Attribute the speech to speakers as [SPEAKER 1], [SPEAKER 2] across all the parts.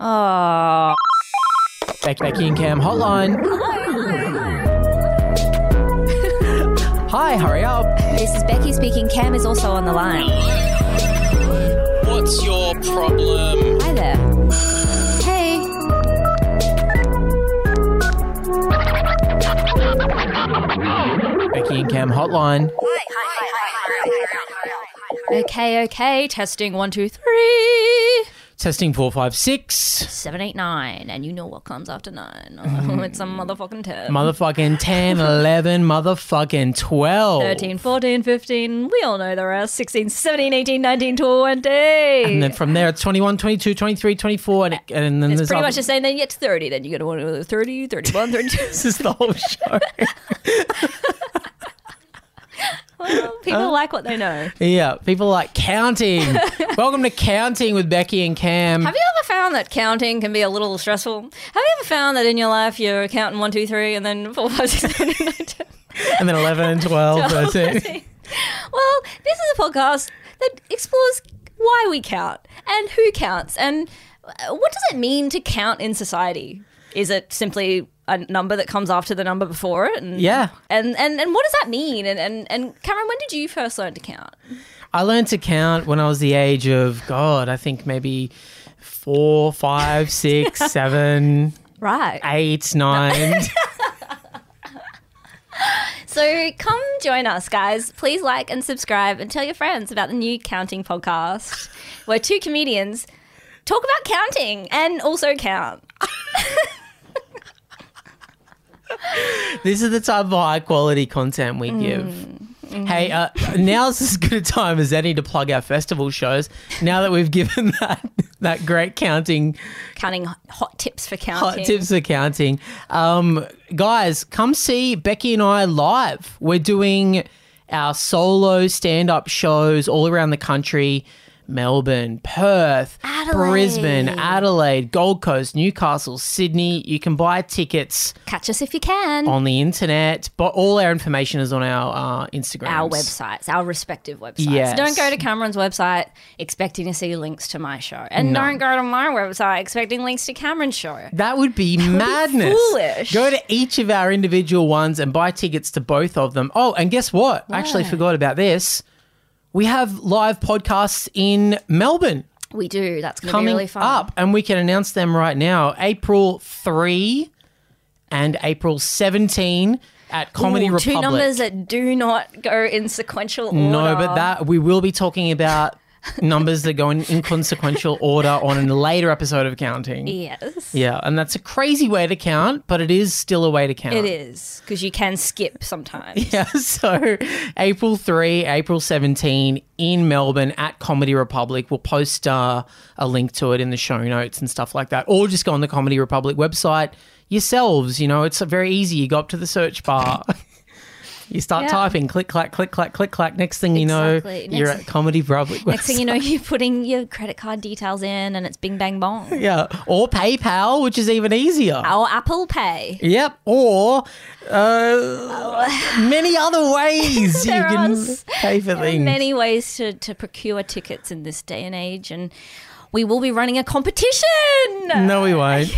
[SPEAKER 1] Oh.
[SPEAKER 2] Beck, Becky and Cam hotline. Hi, hurry up.
[SPEAKER 1] This is Becky speaking. Cam is also on the line.
[SPEAKER 3] What's your problem?
[SPEAKER 1] Hi there. Hey.
[SPEAKER 2] Becky and Cam hotline.
[SPEAKER 1] Okay, okay. Testing one, two, three,
[SPEAKER 2] Testing 456.
[SPEAKER 1] seven, eight, nine. And you know what comes after nine. Oh, it's a
[SPEAKER 2] Mm.
[SPEAKER 1] motherfucking test.
[SPEAKER 2] Motherfucking 10, 11, motherfucking 12.
[SPEAKER 1] 13, 14, 15, we all know the rest. 16, 17, 18, 19, 20.
[SPEAKER 2] And then from there, it's 21, 22, 23, 24. And, it, and then
[SPEAKER 1] it's
[SPEAKER 2] there's
[SPEAKER 1] pretty
[SPEAKER 2] other-
[SPEAKER 1] much the same. Then you get to 30. Then you get to one another 30, 31, 32.
[SPEAKER 2] This is the whole show.
[SPEAKER 1] Well, people like what they know.
[SPEAKER 2] yeah, people like counting. Welcome to Counting with Becky and Cam.
[SPEAKER 1] Have you ever found that counting can be a little stressful? Have you ever found that in your life you're counting one, two, three, and then four, five, six, seven, eight, nine, ten?
[SPEAKER 2] and then 11 and 12.
[SPEAKER 1] 12,
[SPEAKER 2] 13.
[SPEAKER 1] 13. Well, this is a podcast that explores why we count and who counts and uh, what does it mean to count in society? Is it simply a number that comes after the number before it? And,
[SPEAKER 2] Yeah.
[SPEAKER 1] And, and and what does that mean? And, and and Cameron, when did you first learn to count?
[SPEAKER 2] I learned to count when I was the age of, God, I think maybe four, five, six, seven,
[SPEAKER 1] Right.
[SPEAKER 2] eight, nine.
[SPEAKER 1] So come join us, guys. Please like and subscribe and tell your friends about the new counting podcast where two comedians talk about counting and also count.
[SPEAKER 2] This is the type of high quality content we give. Hey, uh, now's as good a time as any to plug our festival shows. Now that we've given that that great counting
[SPEAKER 1] Counting h- hot tips for counting.
[SPEAKER 2] hot tips for counting, um, guys, come see Becky and I live. We're doing our solo stand up shows all around the country. Melbourne, Perth,
[SPEAKER 1] Adelaide.
[SPEAKER 2] Brisbane, Adelaide, Gold Coast, Newcastle, Sydney. You can buy tickets
[SPEAKER 1] Catch us if you can.
[SPEAKER 2] on the internet, but all our information is on our uh, Instagram.
[SPEAKER 1] our websites, our respective websites.
[SPEAKER 2] Yes.
[SPEAKER 1] Don't go to Cameron's website expecting to see links to my show. And
[SPEAKER 2] No.
[SPEAKER 1] don't go to my website expecting links to Cameron's show.
[SPEAKER 2] That would be madness.
[SPEAKER 1] foolish.
[SPEAKER 2] Go to each of our individual ones and buy tickets to both of them. Oh, and guess what? I actually
[SPEAKER 1] What?
[SPEAKER 2] forgot about this. We have live podcasts in Melbourne
[SPEAKER 1] We do. That's going to be
[SPEAKER 2] coming
[SPEAKER 1] really fun.
[SPEAKER 2] up, and we can announce them right now. April 3 and April 17 at Comedy
[SPEAKER 1] Ooh,
[SPEAKER 2] Republic.
[SPEAKER 1] Two numbers that do not go in sequential order.
[SPEAKER 2] No, but that we will be talking about numbers that go in inconsequential order on a later episode of counting. Yeah.
[SPEAKER 1] Yes.
[SPEAKER 2] and that's a crazy way to count, but it is still a way to count.
[SPEAKER 1] It is because you can skip sometimes.
[SPEAKER 2] Yeah, so April 3, April 17 in Melbourne at Comedy Republic. We'll post uh, a link to it in the show notes and stuff like that. Or just go on the Comedy Republic website yourselves. You know, it's very easy. You go up to the search bar. You start
[SPEAKER 1] Yeah.
[SPEAKER 2] typing, click, clack, click, clack, click, clack. Next thing you
[SPEAKER 1] Exactly.
[SPEAKER 2] know, you're
[SPEAKER 1] Next-
[SPEAKER 2] at Comedy Republic.
[SPEAKER 1] Next thing you know, you're putting your credit card details in, and it's Bing Bang Bong.
[SPEAKER 2] Yeah, or PayPal, which is even easier.
[SPEAKER 1] Our Apple Pay.
[SPEAKER 2] Yep, or uh, many other ways
[SPEAKER 1] Oh.
[SPEAKER 2] you
[SPEAKER 1] There are
[SPEAKER 2] can
[SPEAKER 1] s-
[SPEAKER 2] pay for
[SPEAKER 1] There are
[SPEAKER 2] things.
[SPEAKER 1] many ways to, to procure tickets in this day and age, and we will be running a competition.
[SPEAKER 2] no, we won't.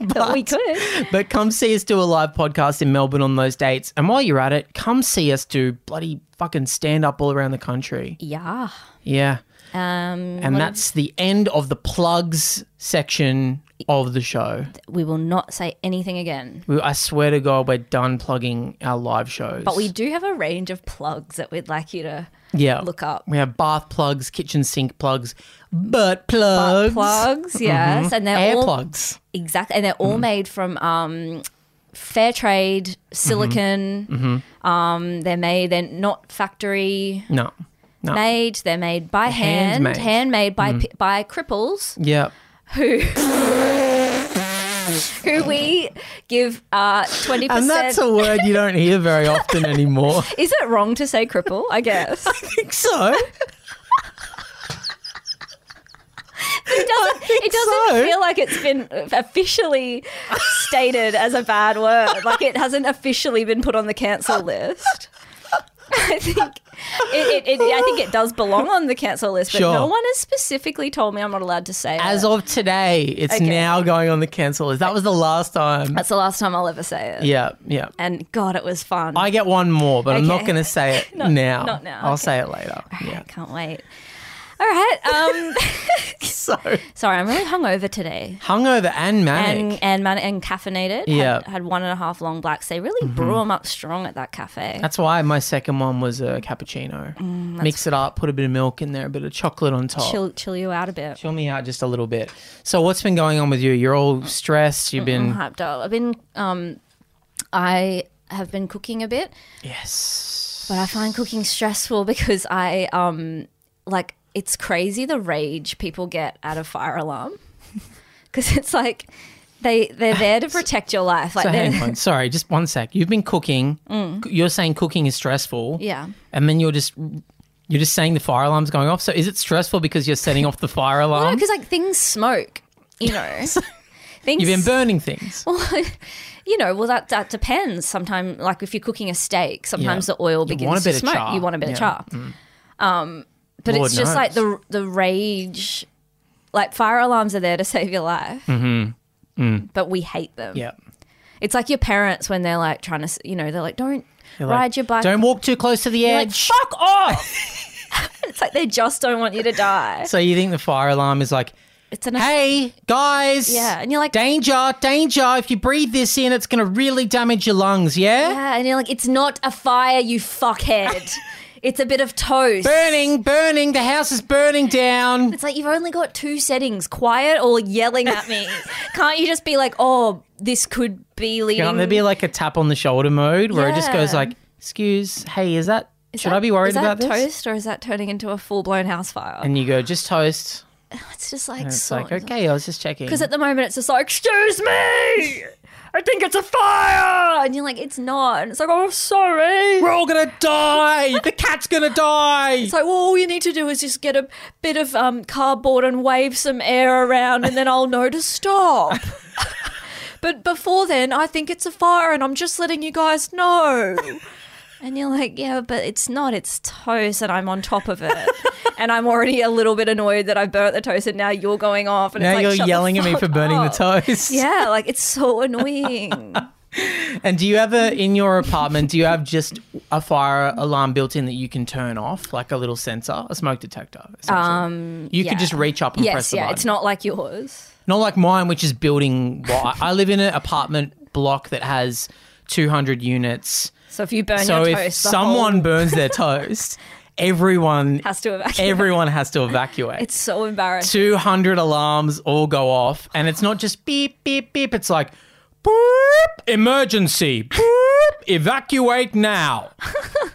[SPEAKER 1] but we could.
[SPEAKER 2] but come see us do a live podcast in Melbourne on those dates. And while you're at it, come see us do bloody fucking stand up all around the country.
[SPEAKER 1] Yeah.
[SPEAKER 2] Yeah.
[SPEAKER 1] Um,
[SPEAKER 2] And that's the end of the plugs section of the show.
[SPEAKER 1] we will not say anything again.
[SPEAKER 2] We, I swear to God, we're done plugging our live shows.
[SPEAKER 1] But we do have a range of plugs that we'd like you to
[SPEAKER 2] yeah.
[SPEAKER 1] look up.
[SPEAKER 2] We have bath plugs, kitchen sink plugs, butt plugs,
[SPEAKER 1] uh, Plugs, Mm-hmm. yes, and they're
[SPEAKER 2] air
[SPEAKER 1] all
[SPEAKER 2] plugs.
[SPEAKER 1] Exactly, and they're all
[SPEAKER 2] Mm-hmm.
[SPEAKER 1] made from um, fair trade silicon.
[SPEAKER 2] Mm-hmm.
[SPEAKER 1] Um, they're made; they're not factory
[SPEAKER 2] No. No.
[SPEAKER 1] made. They're made by hand,
[SPEAKER 2] Handmade. Mm.
[SPEAKER 1] handmade, by p by cripples
[SPEAKER 2] Yeah.
[SPEAKER 1] who who we give uh, twenty
[SPEAKER 2] And that's
[SPEAKER 1] percent.
[SPEAKER 2] a word you don't hear very often anymore.
[SPEAKER 1] Is it wrong to say cripple? I guess
[SPEAKER 2] I think so.
[SPEAKER 1] it doesn't. It doesn't
[SPEAKER 2] so.
[SPEAKER 1] feel like it's been officially stated as a bad word. Like it hasn't officially been put on the cancel list. I think it, it, it, I think it does belong on the cancel list, but
[SPEAKER 2] Sure.
[SPEAKER 1] no one has specifically told me I'm not allowed to say
[SPEAKER 2] As
[SPEAKER 1] it.
[SPEAKER 2] of today, it's
[SPEAKER 1] Okay.
[SPEAKER 2] now going on the cancel list. That was the last time.
[SPEAKER 1] That's the last time I'll ever say it.
[SPEAKER 2] Yeah, yeah.
[SPEAKER 1] And God, it was fun.
[SPEAKER 2] I get one more, but I'm not
[SPEAKER 1] Okay.
[SPEAKER 2] going to say it
[SPEAKER 1] Not-
[SPEAKER 2] now.
[SPEAKER 1] not now,
[SPEAKER 2] I'll
[SPEAKER 1] okay.
[SPEAKER 2] say it later. Yeah.
[SPEAKER 1] I can't wait. All right. Um,
[SPEAKER 2] So
[SPEAKER 1] sorry, I'm really hungover today.
[SPEAKER 2] hungover and manic.
[SPEAKER 1] And and, man- and caffeinated.
[SPEAKER 2] Yeah. Mm-hmm.
[SPEAKER 1] Had, had one and a half long blacks. They really brew 'em brew them up strong at that cafe.
[SPEAKER 2] That's why my second one was a cappuccino. Mix it up, put a bit of milk in there, a bit of chocolate on top.
[SPEAKER 1] Mm, chill chill you out a bit.
[SPEAKER 2] Chill me out just a little bit. So what's been going on with you? You're all stressed. You've been
[SPEAKER 1] hyped up. I've been um, I have been cooking a bit,
[SPEAKER 2] yes.
[SPEAKER 1] but I find cooking stressful because I um, like it's crazy the rage people get at a fire alarm because it's like they they're there to protect your life. Like
[SPEAKER 2] So
[SPEAKER 1] they're-
[SPEAKER 2] hang on. Sorry, just one sec. You've been cooking. C- You're saying cooking is
[SPEAKER 1] Mm.
[SPEAKER 2] stressful.
[SPEAKER 1] yeah.
[SPEAKER 2] And then you're just you're just saying the fire alarm's going off. So is it stressful because you're setting off the fire
[SPEAKER 1] No,
[SPEAKER 2] alarm?
[SPEAKER 1] because like things smoke, you know. things
[SPEAKER 2] You've been burning things.
[SPEAKER 1] Well, you know, well that that depends. Sometimes, like if you're cooking a steak, sometimes
[SPEAKER 2] Yeah.
[SPEAKER 1] the oil
[SPEAKER 2] You
[SPEAKER 1] begins
[SPEAKER 2] want a bit
[SPEAKER 1] to
[SPEAKER 2] of
[SPEAKER 1] smoke.
[SPEAKER 2] char.
[SPEAKER 1] You want a bit
[SPEAKER 2] Yeah. Mm.
[SPEAKER 1] of char. Um, but
[SPEAKER 2] Lord
[SPEAKER 1] it's just like
[SPEAKER 2] knows.
[SPEAKER 1] the the rage. Like fire alarms are there to save your life, but we hate them.
[SPEAKER 2] Mm-hmm. Mm. yeah.
[SPEAKER 1] It's like your parents when they're like trying to, s- you know, they're like, "Don't
[SPEAKER 2] You're like,
[SPEAKER 1] ride your bike."
[SPEAKER 2] Don't walk too close to the
[SPEAKER 1] like,
[SPEAKER 2] edge. Fuck off.
[SPEAKER 1] It's like they just don't want you to die.
[SPEAKER 2] so you think the fire alarm is like,
[SPEAKER 1] It's an
[SPEAKER 2] hey guys.
[SPEAKER 1] Yeah, and you're like-
[SPEAKER 2] danger, danger. If you breathe this in, it's gonna really damage your lungs. Yeah.
[SPEAKER 1] yeah, and you're like, "It's not a fire, you fuckhead. it's a bit of toast."
[SPEAKER 2] Burning, burning. The house is burning down.
[SPEAKER 1] It's like you've only got two settings: quiet or yelling at me. Can't you just be like, "Oh, this could be leading"?
[SPEAKER 2] Can't there be like a tap on the shoulder mode where it just
[SPEAKER 1] Yeah.
[SPEAKER 2] goes like, "Excuse, hey, is that?
[SPEAKER 1] Is
[SPEAKER 2] should
[SPEAKER 1] that-
[SPEAKER 2] I be worried
[SPEAKER 1] is that
[SPEAKER 2] about this?"
[SPEAKER 1] toast, or is that turning into a full-blown house fire?
[SPEAKER 2] And you go, "Just toast."
[SPEAKER 1] it's just like
[SPEAKER 2] It's
[SPEAKER 1] so.
[SPEAKER 2] like, okay, I was just checking.
[SPEAKER 1] Because at the moment, it's just like, "Excuse me, I think it's a fire," and you're like, "It's not." And it's like, "Oh, sorry."
[SPEAKER 2] we're all gonna die. the cat's gonna die.
[SPEAKER 1] It's like, well, all you need to do is just get a bit of um, cardboard and wave some air around, and then I'll know to stop. but before then, I think it's a fire, and I'm just letting you guys know. And you're like, yeah, but it's not. It's toast, and I'm on top of it. and I'm already a little bit annoyed that I burnt the toast, and now you're going off. And
[SPEAKER 2] now
[SPEAKER 1] it's like,
[SPEAKER 2] you're
[SPEAKER 1] shut the
[SPEAKER 2] yelling at me
[SPEAKER 1] fuck
[SPEAKER 2] for burning
[SPEAKER 1] up.
[SPEAKER 2] the toast.
[SPEAKER 1] Yeah, like it's so annoying.
[SPEAKER 2] And do you ever in your apartment? Do you have just a fire alarm built in that you can turn off, like a little sensor, a smoke detector? Um, you
[SPEAKER 1] yeah.
[SPEAKER 2] could just reach up and press
[SPEAKER 1] yes,
[SPEAKER 2] the
[SPEAKER 1] yeah,
[SPEAKER 2] button.
[SPEAKER 1] it's not like yours.
[SPEAKER 2] Not like mine, which is building. Well, I- I live in an apartment block that has 200 units.
[SPEAKER 1] So if you burn
[SPEAKER 2] So
[SPEAKER 1] your
[SPEAKER 2] if
[SPEAKER 1] toast, the
[SPEAKER 2] someone
[SPEAKER 1] whole
[SPEAKER 2] burns their toast, everyone
[SPEAKER 1] has to evacuate.
[SPEAKER 2] everyone has to evacuate.
[SPEAKER 1] it's so embarrassing.
[SPEAKER 2] 200 alarms all go off, and it's not just beep beep beep. It's like boop emergency boop evacuate now,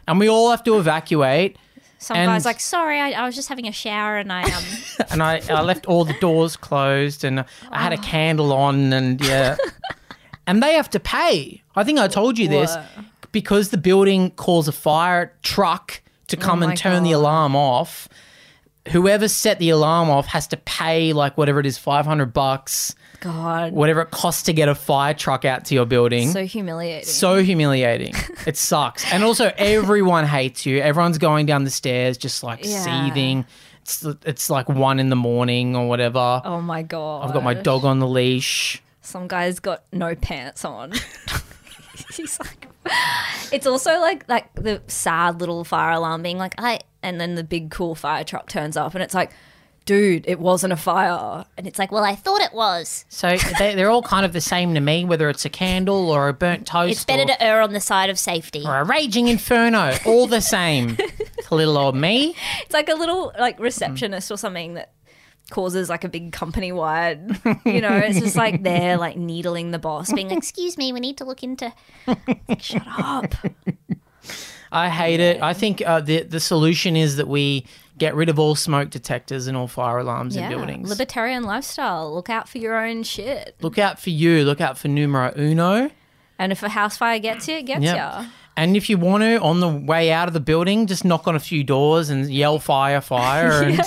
[SPEAKER 2] and we all have to evacuate.
[SPEAKER 1] Some
[SPEAKER 2] And-
[SPEAKER 1] guy's like, sorry, I, I was just having a shower and I um.
[SPEAKER 2] and I, I left all the doors closed and I
[SPEAKER 1] Oh.
[SPEAKER 2] had a candle on and yeah. and they have to pay. I think I told you this
[SPEAKER 1] Whoa.
[SPEAKER 2] because the building calls a fire truck to come
[SPEAKER 1] Oh my
[SPEAKER 2] and turn the
[SPEAKER 1] God.
[SPEAKER 2] alarm off. Whoever set the alarm off has to pay like whatever it is 500 bucks,
[SPEAKER 1] God,
[SPEAKER 2] whatever it costs to get a fire truck out to your building.
[SPEAKER 1] Hmm? so humiliating.
[SPEAKER 2] So humiliating. it sucks. And also, everyone hates you. Everyone's going down the stairs, just like
[SPEAKER 1] Yeah.
[SPEAKER 2] seething. It's, it's like one in the morning or whatever.
[SPEAKER 1] oh my God,
[SPEAKER 2] I've got my dog on the leash.
[SPEAKER 1] Some guy's got no pants on. He's like, it's also like like the sad little fire alarm being like, I, and then the big cool fire truck turns up and it's like, dude, it wasn't a fire, and it's like, well, I thought it was.
[SPEAKER 2] So they, they're all kind of the same to me, whether it's a candle or a burnt toast
[SPEAKER 1] It's better
[SPEAKER 2] or,
[SPEAKER 1] to err on the side of safety.
[SPEAKER 2] or a raging inferno. All the same to little old me.
[SPEAKER 1] It's like a little like receptionist or something that causes like a big company wide, you know, it's just like they're like needling the boss, being like,
[SPEAKER 4] Excuse me, we need to look into.
[SPEAKER 1] shut up.
[SPEAKER 2] I hate it. I think uh, the, the solution is that we get rid of all smoke detectors and all fire alarms in buildings.
[SPEAKER 1] Libertarian lifestyle. Look out for your own shit.
[SPEAKER 2] look out for you. Look out for numero uno.
[SPEAKER 1] And if a house fire gets you, it gets
[SPEAKER 2] Yeah.
[SPEAKER 1] you.
[SPEAKER 2] And if you want to, on the way out of the building, just knock on a few doors and yell fire, fire. And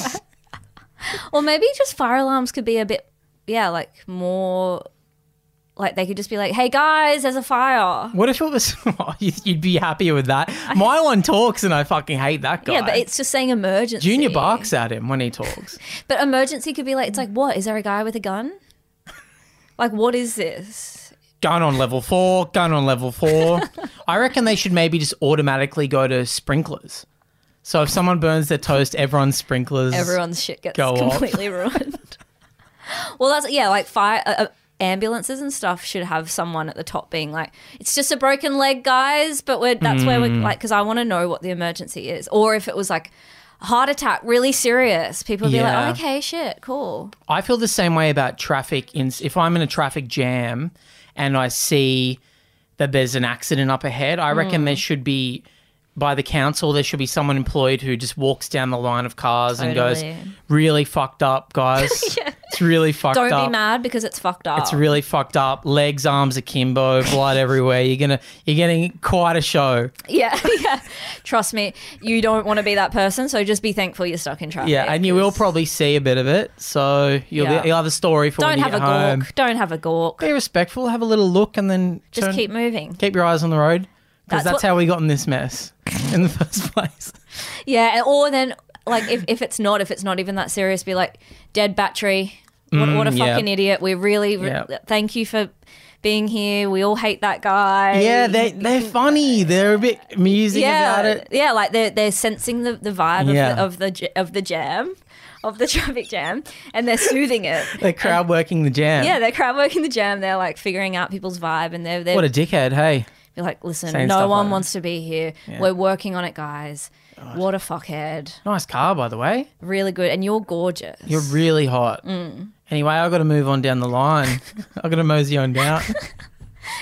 [SPEAKER 1] Or maybe just fire alarms could be a bit, yeah, like more Like they could just be like, "Hey guys, there's a fire."
[SPEAKER 2] What if it was? you'd be happier with that. My one talks, and I fucking hate that guy.
[SPEAKER 1] Yeah, but it's just saying emergency.
[SPEAKER 2] Junior barks at him when he talks.
[SPEAKER 1] But emergency could be like, it's like, what? Is there a guy with a gun? Like, what is this?
[SPEAKER 2] gun on level four, gun on level four. I reckon they should maybe just automatically go to sprinklers. So if someone burns their toast, everyone's sprinklers.
[SPEAKER 1] Everyone's shit gets
[SPEAKER 2] Go off.
[SPEAKER 1] completely ruined. well, that's yeah, like fire. Uh, uh, Ambulances and stuff should have someone at the top being like, "It's just a broken leg, guys." But we're that's where
[SPEAKER 2] Mm.
[SPEAKER 1] we're like, because I want to know what the emergency is, or if it was like heart attack, really serious. People would be like,
[SPEAKER 2] Yeah.
[SPEAKER 1] oh, "Okay, shit, cool."
[SPEAKER 2] I feel the same way about traffic. In if I'm in a traffic jam, and I see that there's an accident up ahead, I reckon
[SPEAKER 1] Hmm.
[SPEAKER 2] there should be. By the council, there should be someone employed who just walks down the line of cars
[SPEAKER 1] Totally.
[SPEAKER 2] and goes, "Really fucked up, guys. It's really fucked
[SPEAKER 1] Don't
[SPEAKER 2] up."
[SPEAKER 1] be mad because it's fucked up.
[SPEAKER 2] It's really fucked up. Legs, arms akimbo, blood everywhere. You're gonna, you're getting quite a show.
[SPEAKER 1] Yeah, yeah. Trust me, you don't want to be that person, so just be thankful you're stuck in traffic.
[SPEAKER 2] Yeah, and you will probably see a bit of it. So you'll
[SPEAKER 1] Yeah.
[SPEAKER 2] be, you'll have a story for
[SPEAKER 1] Don't
[SPEAKER 2] when you
[SPEAKER 1] have a
[SPEAKER 2] get home.
[SPEAKER 1] gawk. Don't have a gawk.
[SPEAKER 2] Be respectful. Have a little look, and then
[SPEAKER 1] Just
[SPEAKER 2] turn-
[SPEAKER 1] keep moving.
[SPEAKER 2] keep your eyes on the road
[SPEAKER 1] That's
[SPEAKER 2] because that's
[SPEAKER 1] what-
[SPEAKER 2] how we got in this mess in the first place.
[SPEAKER 1] Yeah, and- or then like if, if it's not if it's not even that serious, be like dead battery. What, what a
[SPEAKER 2] Mm, yeah.
[SPEAKER 1] fucking idiot. We really re-
[SPEAKER 2] Yeah.
[SPEAKER 1] thank you for being here. We all hate that guy.
[SPEAKER 2] Yeah, they they're funny. They're a bit amusing
[SPEAKER 1] yeah,
[SPEAKER 2] about it.
[SPEAKER 1] yeah. Like they're they're sensing the, the vibe
[SPEAKER 2] Yeah.
[SPEAKER 1] of the of the j- of the jam, of the traffic jam, and they're soothing it.
[SPEAKER 2] They're crowd working the jam.
[SPEAKER 1] Yeah, they're crowd working the jam. They're like figuring out people's vibe, and they're they're
[SPEAKER 2] What a dickhead, hey.
[SPEAKER 1] Be like, listen,
[SPEAKER 2] Saying
[SPEAKER 1] no
[SPEAKER 2] stuff
[SPEAKER 1] one
[SPEAKER 2] like that.
[SPEAKER 1] wants to be here. We're working on it, guys. What a fuckhead.
[SPEAKER 2] Nice car, by the way.
[SPEAKER 1] Really good. And you're gorgeous.
[SPEAKER 2] You're really hot.
[SPEAKER 1] Mm.
[SPEAKER 2] Anyway, i got to move on down the line. i got to mosey on down.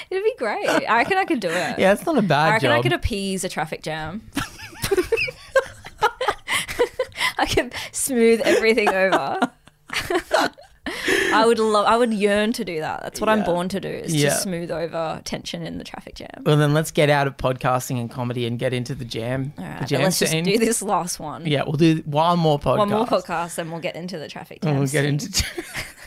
[SPEAKER 1] It'd be great. I reckon I could do it.
[SPEAKER 2] Yeah, it's not a
[SPEAKER 1] I
[SPEAKER 2] bad
[SPEAKER 1] reckon I
[SPEAKER 2] job.
[SPEAKER 1] could appease a traffic jam. I could smooth everything over. I would love, I would yearn to do that. That's what I'm born to do is
[SPEAKER 2] Yeah.
[SPEAKER 1] to smooth over tension in the traffic jam.
[SPEAKER 2] well, then let's get out of podcasting and comedy and get into the jam.
[SPEAKER 1] All right,
[SPEAKER 2] the
[SPEAKER 1] but
[SPEAKER 2] jam
[SPEAKER 1] let's
[SPEAKER 2] scene.
[SPEAKER 1] just do this last one.
[SPEAKER 2] Yeah, we'll do one more podcast.
[SPEAKER 1] One more podcast, then we'll get into the traffic jam.
[SPEAKER 2] And we'll get
[SPEAKER 1] scene.
[SPEAKER 2] into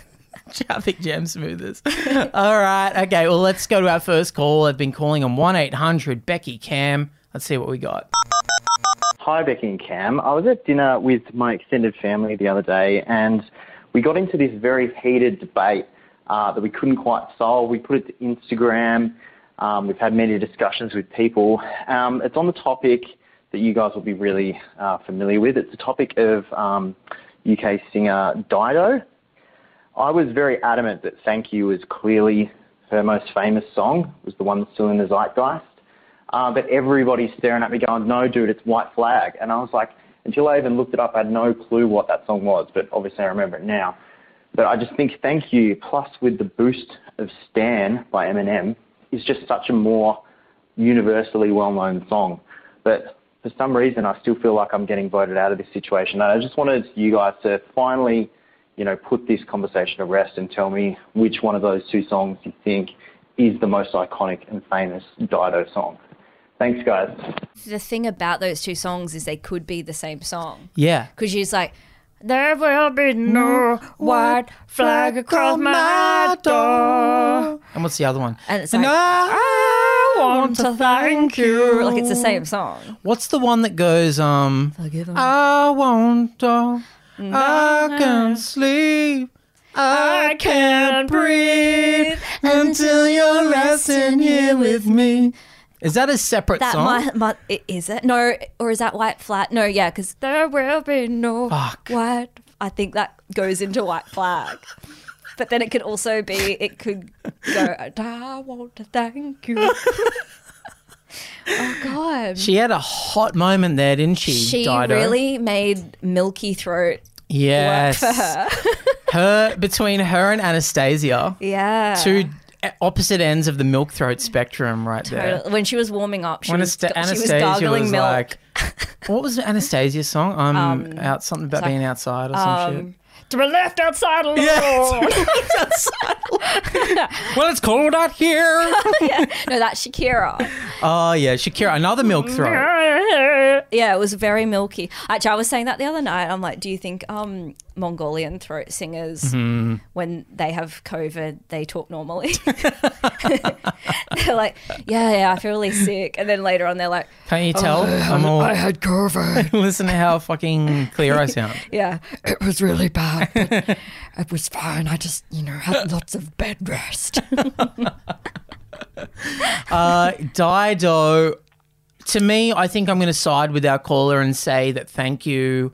[SPEAKER 2] traffic jam smoothers. All right. Okay. Well, let's go to our first call. I've been calling on 1 800 Becky Cam. Let's see what we got.
[SPEAKER 4] Hi, Becky and Cam. I was at dinner with my extended family the other day, and we got into this very heated debate uh, that we couldn't quite solve. We put it to Instagram. Um, we've had many discussions with people. Um, it's on the topic that you guys will be really uh, familiar with. It's the topic of um, UK singer Dido. I was very adamant that Thank You was clearly her most famous song, was the one that's still in the zeitgeist. Uh, but everybody's staring at me going, no, dude, it's White Flag. And I was like, until I even looked it up, I had no clue what that song was, but obviously I remember it now. But I just think Thank You, plus with the boost of Stan by Eminem, is just such a more universally well known song. But for some reason, I still feel like I'm getting voted out of this situation. And I just wanted you guys to finally, you know, put this conversation to rest and tell me which one of those two songs you think is the most iconic and famous Dido song. Thanks, guys.
[SPEAKER 1] the thing about those two songs is they could be the same song
[SPEAKER 2] Yeah.
[SPEAKER 1] because she's like there will be no white flag across my door
[SPEAKER 2] And what's the other one?
[SPEAKER 1] And it's like-
[SPEAKER 2] I want to thank you.
[SPEAKER 1] like it's the same song
[SPEAKER 2] What's the one that goes, um,
[SPEAKER 1] Forgive 'em.
[SPEAKER 2] I won't, oh, I can sleep, I can't breathe until you're resting here with me. Is that a separate
[SPEAKER 1] that
[SPEAKER 2] song?
[SPEAKER 1] my, my i- is it no or is that white flag no yeah because there will be no
[SPEAKER 2] Fuck.
[SPEAKER 1] white i think that goes into white flag but then it could also be it could go and i want to thank you oh god
[SPEAKER 2] she had a hot moment there, didn't she?
[SPEAKER 1] She
[SPEAKER 2] Dido?
[SPEAKER 1] really made Milky Throat.
[SPEAKER 2] yes. her. between her and Anastasia,
[SPEAKER 1] Yeah.
[SPEAKER 2] two e, opposite ends of the milk throat spectrum, right there.
[SPEAKER 1] Totally. When she was warming up, she,
[SPEAKER 2] When
[SPEAKER 1] was,
[SPEAKER 2] Anasta-
[SPEAKER 1] she was
[SPEAKER 2] Anastasia
[SPEAKER 1] gargling
[SPEAKER 2] was
[SPEAKER 1] milk.
[SPEAKER 2] like, what was Anastasia's song? I'm out something about being outside or some shit.
[SPEAKER 1] to be left outside alone.
[SPEAKER 2] well, it's cold out here.
[SPEAKER 1] No, that's Shakira.
[SPEAKER 2] oh yeah, Shakira, another milk throat.
[SPEAKER 1] yeah, it was very milky. Actually, I was saying that the other night. I'm like, do you think um, Mongolian throat singers
[SPEAKER 2] Mm-hmm.
[SPEAKER 1] when they have COVID, they talk normally. they're like, yeah, yeah, I feel really sick. And then later on, they're like,
[SPEAKER 2] Can't you tell? I'm all. I had COVID. Listen to how fucking clear I sound.
[SPEAKER 1] yeah,
[SPEAKER 5] It was really bad, but it was fine. I just, you know, had lots of bed rest.
[SPEAKER 2] Uh, Dido, to me, I think I'm going to side with our caller and say that thank you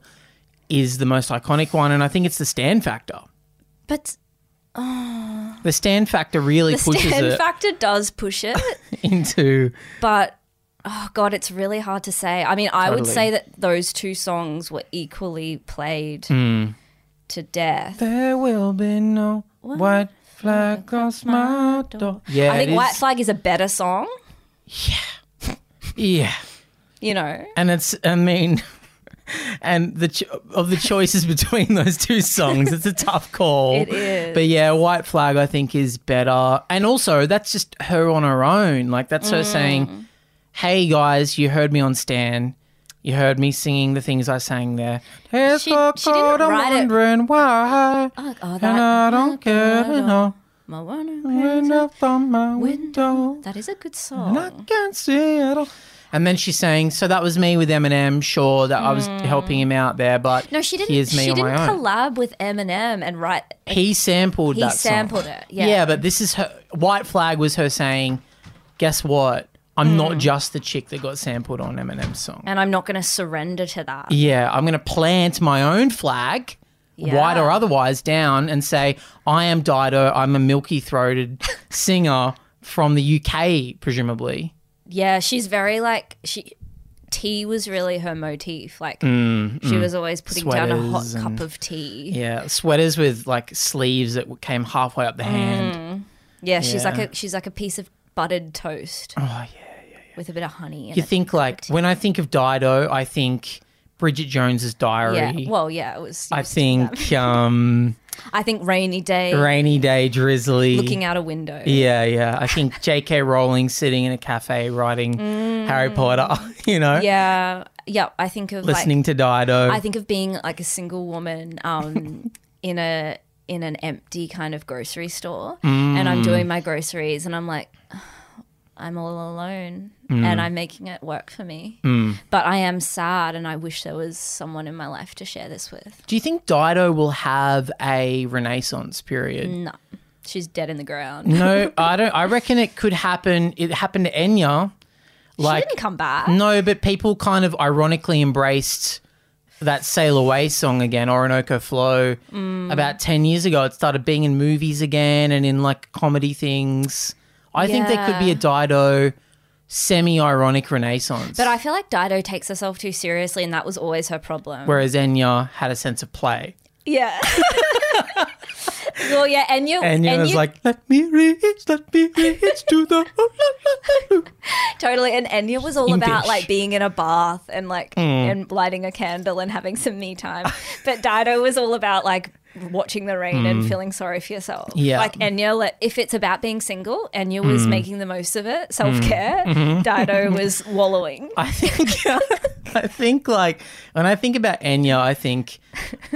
[SPEAKER 2] is the most iconic one, and I think it's the stand factor.
[SPEAKER 1] but
[SPEAKER 2] The stand factor really
[SPEAKER 1] the
[SPEAKER 2] pushes
[SPEAKER 1] stand
[SPEAKER 2] it
[SPEAKER 1] factor does push it.
[SPEAKER 2] into.
[SPEAKER 1] but oh god it's really hard to say i mean i would
[SPEAKER 2] Totally.
[SPEAKER 1] say that those two songs were equally played
[SPEAKER 2] Hmm.
[SPEAKER 1] to death
[SPEAKER 2] There will be no white flag across my door. Yeah,
[SPEAKER 1] i think
[SPEAKER 2] it is.
[SPEAKER 1] white flag is a better song
[SPEAKER 2] Yeah,
[SPEAKER 1] you know
[SPEAKER 2] and it's. I mean. And the cho- of the choices between those two songs, it's a tough call.
[SPEAKER 1] It is.
[SPEAKER 2] but yeah, White Flag I think is better, and also that's just her on her own. Like that's
[SPEAKER 1] Mm.
[SPEAKER 2] her saying, "Hey guys, you heard me on Stan, you heard me singing the things I sang there." It's
[SPEAKER 1] She-
[SPEAKER 2] so
[SPEAKER 1] she didn't
[SPEAKER 2] cold, I'm
[SPEAKER 1] write it-
[SPEAKER 2] wondering why,
[SPEAKER 1] oh, oh,
[SPEAKER 2] and I
[SPEAKER 1] that,
[SPEAKER 2] don't care enough.
[SPEAKER 1] my one-
[SPEAKER 2] When up on my window.
[SPEAKER 1] that is a good
[SPEAKER 2] And I
[SPEAKER 1] song
[SPEAKER 2] can't see it all. And then she's saying, "So that was me with Eminem. Sure, that I was helping him out there, but
[SPEAKER 1] no she didn't
[SPEAKER 2] Here's me
[SPEAKER 1] she
[SPEAKER 2] on
[SPEAKER 1] didn't
[SPEAKER 2] my own.
[SPEAKER 1] collab with eminem and write
[SPEAKER 2] he sampled
[SPEAKER 1] he
[SPEAKER 2] that. song.
[SPEAKER 1] sampled it yeah.
[SPEAKER 2] but this is her. White flag was her saying, "Guess what? I'm
[SPEAKER 1] Mm.
[SPEAKER 2] not just the chick that got sampled on Eminem's song.
[SPEAKER 1] and i'm not going to surrender to that
[SPEAKER 2] yeah, I'm gonna plant my own flag." White
[SPEAKER 1] Yeah.
[SPEAKER 2] or otherwise, down and say, I am Dido. I'm a milky throated singer from the UK, presumably.
[SPEAKER 1] Yeah, she's very like she. Tea was really her motif. Like she was always putting down a hot
[SPEAKER 2] Hmm, Sweaters
[SPEAKER 1] cup
[SPEAKER 2] and-
[SPEAKER 1] of tea.
[SPEAKER 2] Yeah, sweaters with like sleeves that w- came halfway up the hand.
[SPEAKER 1] Mm. Yeah, she's
[SPEAKER 2] Yeah.
[SPEAKER 1] like a she's like a piece of buttered toast. Oh yeah, yeah, yeah. With a bit of honey. In
[SPEAKER 2] You
[SPEAKER 1] it.
[SPEAKER 2] think like when I think of Dido, I think Bridget Jones's Diary.
[SPEAKER 1] Yeah. Well, yeah. It was.
[SPEAKER 2] I think um,
[SPEAKER 1] I think rainy day.
[SPEAKER 2] Rainy Day Drizzly.
[SPEAKER 1] Looking out a window.
[SPEAKER 2] yeah, yeah. I think J.K. Rowling sitting in a cafe writing Harry Potter. You know,
[SPEAKER 1] Mm. Yeah. Yeah. I think of
[SPEAKER 2] listening
[SPEAKER 1] like
[SPEAKER 2] to Dido.
[SPEAKER 1] I think of being like a single woman um, in a in an empty kind of grocery store, and I'm
[SPEAKER 2] Mm.
[SPEAKER 1] doing my groceries, and I'm like, I'm all alone,
[SPEAKER 2] Mm.
[SPEAKER 1] and I'm making it work for me. But I am sad, and I wish there was someone in my life to share this with.
[SPEAKER 2] Do you think Dido will have a renaissance period?
[SPEAKER 1] No, she's dead in the ground.
[SPEAKER 2] No, I don't. I reckon it could happen. It happened to Enya.
[SPEAKER 1] she
[SPEAKER 2] Like
[SPEAKER 1] didn't come back.
[SPEAKER 2] No, but people kind of ironically embraced that Sail Away song again, Orinoco Flow,
[SPEAKER 1] Mm.
[SPEAKER 2] about 10 years ago. It started being in movies again and in like comedy things. I think there could be a Dido semi ironic renaissance.
[SPEAKER 1] But I feel like Dido takes herself too seriously, and that was always her problem.
[SPEAKER 2] Whereas Enya had a sense of play.
[SPEAKER 1] yeah. well, yeah, and you,
[SPEAKER 2] Enya was like, let me reach, let me reach to the.
[SPEAKER 1] Totally, and Enya was all
[SPEAKER 2] In
[SPEAKER 1] about
[SPEAKER 2] dish.
[SPEAKER 1] like being in a bath and like
[SPEAKER 2] Hmm.
[SPEAKER 1] and lighting a candle and having some me time. But Dido was all about like watching the rain and feeling sorry for yourself.
[SPEAKER 2] Hmm. Yeah. Hmm.
[SPEAKER 1] like Enya, like, if it's about being single, Enya was making the most of it, self care.
[SPEAKER 2] Mm-hmm.
[SPEAKER 1] Dido was wallowing.
[SPEAKER 2] I think I think like when I think about Enya, I think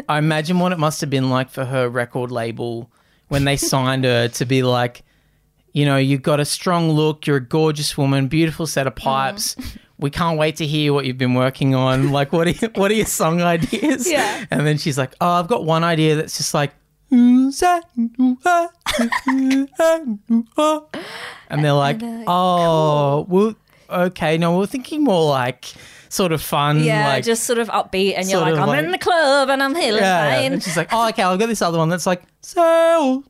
[SPEAKER 2] I imagine what it must have been like for her record label when they signed her to be like, you know, you've got a strong look, you're a gorgeous woman, beautiful set of pipes. We can't wait to hear what you've been working on. Like, what are you, what are your song ideas?
[SPEAKER 1] Yeah.
[SPEAKER 2] And then she's like, oh, I've got one idea that's just like. And ah, they're like, oh, well, okay. No, we're thinking more like sort of fun.
[SPEAKER 1] Yeah,
[SPEAKER 2] like,
[SPEAKER 1] just sort of upbeat, and you're
[SPEAKER 2] sort
[SPEAKER 1] like,
[SPEAKER 2] of
[SPEAKER 1] I'm
[SPEAKER 2] like-
[SPEAKER 1] in the club and I'm feeling
[SPEAKER 2] yeah, yeah.
[SPEAKER 1] fine.
[SPEAKER 2] And she's like, oh, okay, I've got this other one that's like, so.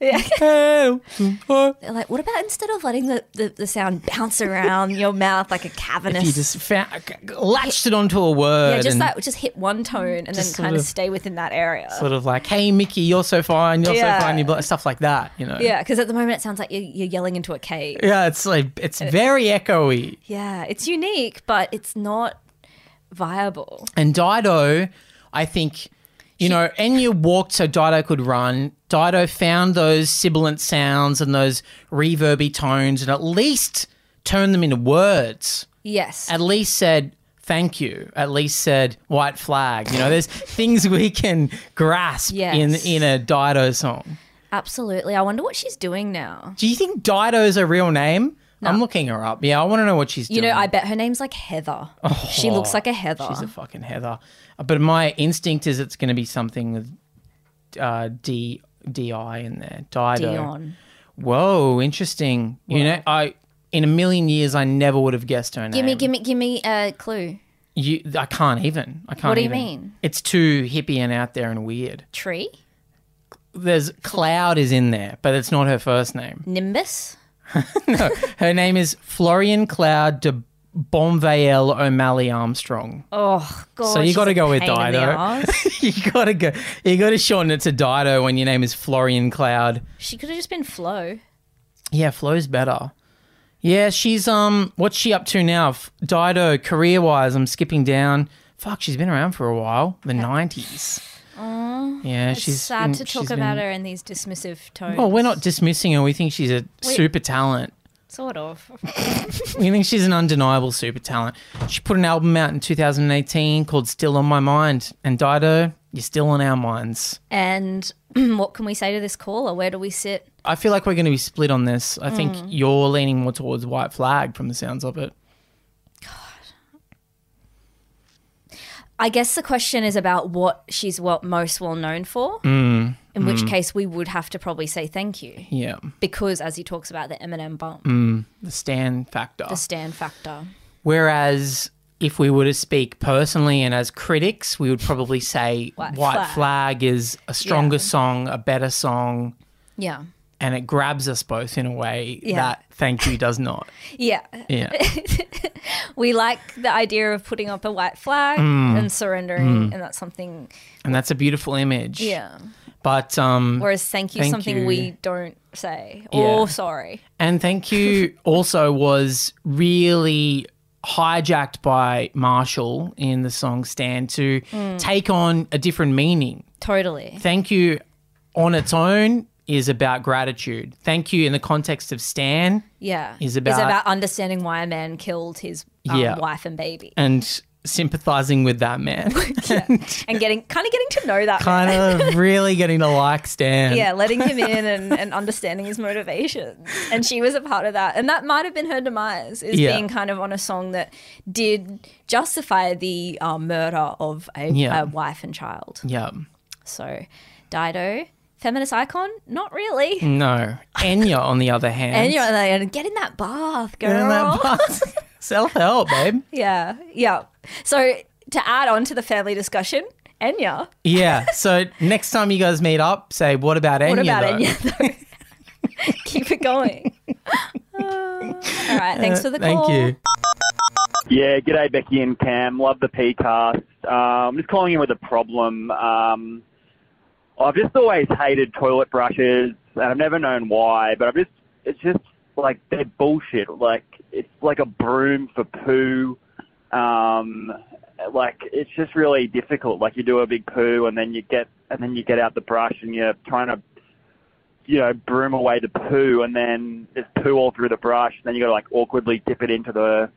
[SPEAKER 1] Yeah.
[SPEAKER 2] if
[SPEAKER 1] They're like, what about instead of letting the, the, the sound bounce around your mouth like a cavernous
[SPEAKER 2] you just fa- latched it onto a word.
[SPEAKER 1] Yeah, just
[SPEAKER 2] and
[SPEAKER 1] that. Just hit one tone and then
[SPEAKER 2] Just
[SPEAKER 1] kind
[SPEAKER 2] sort
[SPEAKER 1] of,
[SPEAKER 2] of-
[SPEAKER 1] stay within that area.
[SPEAKER 2] Sort of like, hey, Mickey, you're so fine, you're
[SPEAKER 1] Yeah.
[SPEAKER 2] so fine, you blah, stuff like that, you know?
[SPEAKER 1] yeah, because at the moment it sounds like you're, you're yelling into a cave.
[SPEAKER 2] Yeah, it's like, it's very echoey.
[SPEAKER 1] Yeah, it's unique, but it's not viable.
[SPEAKER 2] And Dido, I think, you know, Enya walked so Dido could run. Dido found those sibilant sounds and those reverby tones and at least turned them into words.
[SPEAKER 1] Yes,
[SPEAKER 2] At least said, thank you at least said white flag. You know, there's things we can grasp
[SPEAKER 1] Yes.
[SPEAKER 2] in in a Dido song.
[SPEAKER 1] Absolutely. I wonder what she's doing now.
[SPEAKER 2] Do you think Dido's a real name? I'm looking her up. Yeah, I want to know what she's
[SPEAKER 1] You
[SPEAKER 2] doing.
[SPEAKER 1] know, I bet her name's like Heather. she looks like a Heather.
[SPEAKER 2] Oh, She's a fucking Heather. Uh, But my instinct is it's going to be something with uh, D D I in there. Dido.
[SPEAKER 1] Dion.
[SPEAKER 2] Whoa, interesting. You know, I in a million years I never would have guessed her name.
[SPEAKER 1] Gimme, gimme, gimme a clue.
[SPEAKER 2] You, I can't even. I can't.
[SPEAKER 1] What do you
[SPEAKER 2] even.
[SPEAKER 1] mean?
[SPEAKER 2] It's too hippie and out there and weird.
[SPEAKER 1] Tree?
[SPEAKER 2] There's Cloud is in there, but it's not her first name.
[SPEAKER 1] Nimbus?
[SPEAKER 2] Her name is Florian Cloud de Bonvael O'Malley Armstrong.
[SPEAKER 1] Oh, God.
[SPEAKER 2] So you
[SPEAKER 1] she's
[SPEAKER 2] gotta
[SPEAKER 1] a
[SPEAKER 2] go with
[SPEAKER 1] pain in the
[SPEAKER 2] Dido.
[SPEAKER 1] arse.
[SPEAKER 2] you gotta go. You gotta shorten it to Dido when your name is Florian Cloud.
[SPEAKER 1] she could have just been Flo.
[SPEAKER 2] Yeah, Flo's better. Yeah, she's um. What's she up to now? F- Dido career wise, I'm skipping down. Fuck, she's been around for a while. The nineties. yeah,
[SPEAKER 1] It's
[SPEAKER 2] she's
[SPEAKER 1] sad
[SPEAKER 2] been-
[SPEAKER 1] to talk
[SPEAKER 2] she's
[SPEAKER 1] about
[SPEAKER 2] been-
[SPEAKER 1] her in these dismissive tones.
[SPEAKER 2] Well, we're not dismissing her. We think she's a super talent.
[SPEAKER 1] Sort of.
[SPEAKER 2] We think she's an undeniable super talent. She put an album out in 2018 called "Still on My Mind," and Dido, you're still on our minds.
[SPEAKER 1] And what can we say to this caller? Where do we sit?
[SPEAKER 2] I feel like we're going to be split on this. I think you're leaning more towards white flag from the sounds of it.
[SPEAKER 1] I guess the question is about what she's what most well known for.
[SPEAKER 2] Mm,
[SPEAKER 1] In which case, we would have to probably say thank you
[SPEAKER 2] Yeah,
[SPEAKER 1] because, as he talks about the Eminem bump,
[SPEAKER 2] Mm. the Stan factor.
[SPEAKER 1] the stand factor.
[SPEAKER 2] Whereas if we were to speak personally and as critics, we would probably say
[SPEAKER 1] White
[SPEAKER 2] white,
[SPEAKER 1] Flag.
[SPEAKER 2] flag. is a stronger song, a better song,
[SPEAKER 1] Yeah,
[SPEAKER 2] and it grabs us both in a way
[SPEAKER 1] Yeah.
[SPEAKER 2] that thank you does not.
[SPEAKER 1] yeah.
[SPEAKER 2] Yeah.
[SPEAKER 1] We like the idea of putting up a white flag
[SPEAKER 2] Mm.
[SPEAKER 1] and surrendering, and that's something.
[SPEAKER 2] and that's a beautiful image.
[SPEAKER 1] Yeah.
[SPEAKER 2] But um
[SPEAKER 1] Whereas thank you,
[SPEAKER 2] Thank
[SPEAKER 1] something
[SPEAKER 2] you.
[SPEAKER 1] we don't say.
[SPEAKER 2] Yeah.
[SPEAKER 1] Oh, sorry.
[SPEAKER 2] And thank you also was really hijacked by Marshall in the song Stand to take on a different meaning.
[SPEAKER 1] Totally.
[SPEAKER 2] Thank you on its own is about gratitude. Thank you in the context of Stan
[SPEAKER 1] Yeah.
[SPEAKER 2] is
[SPEAKER 1] It's
[SPEAKER 2] about-
[SPEAKER 1] understanding why a man killed his um,
[SPEAKER 2] Yeah.
[SPEAKER 1] wife and baby
[SPEAKER 2] and sympathizing with that man.
[SPEAKER 1] and getting kind of getting to know that. man.
[SPEAKER 2] kind of really getting to like Stan.
[SPEAKER 1] Yeah, letting him in and, and understanding his motivations. And she was a part of that. And that might have been her demise, is
[SPEAKER 2] Yeah.
[SPEAKER 1] being kind of on a song that did justify the uh, murder of a,
[SPEAKER 2] Yeah.
[SPEAKER 1] a wife and child.
[SPEAKER 2] Yeah.
[SPEAKER 1] So, Dido, feminist icon? Not really.
[SPEAKER 2] No. Enya on the other hand.
[SPEAKER 1] And you're like, and get in that bath, girl.
[SPEAKER 2] Self help, babe.
[SPEAKER 1] yeah, yeah. So, to add on to the family discussion, Enya.
[SPEAKER 2] Yeah. So next time you guys meet up, say what about Enya?
[SPEAKER 1] What about
[SPEAKER 2] though?
[SPEAKER 1] Enya, though? Keep it going. Uh, all right, thanks for the
[SPEAKER 2] Uh, Thank
[SPEAKER 1] call.
[SPEAKER 2] you.
[SPEAKER 6] Yeah, g'day Becky and Cam. Love the PCast. Uh, I'm just calling in with a problem. Um, I've just always hated toilet brushes, and I've never known why. But I've just it's just like they're bullshit. Like it's like a broom for poo. Um, like it's just really difficult. Like you do a big poo, and then you get and then you get out the brush, and you're trying to you know, broom away the poo, and then there's poo all through the brush. And then you got to like awkwardly dip it into the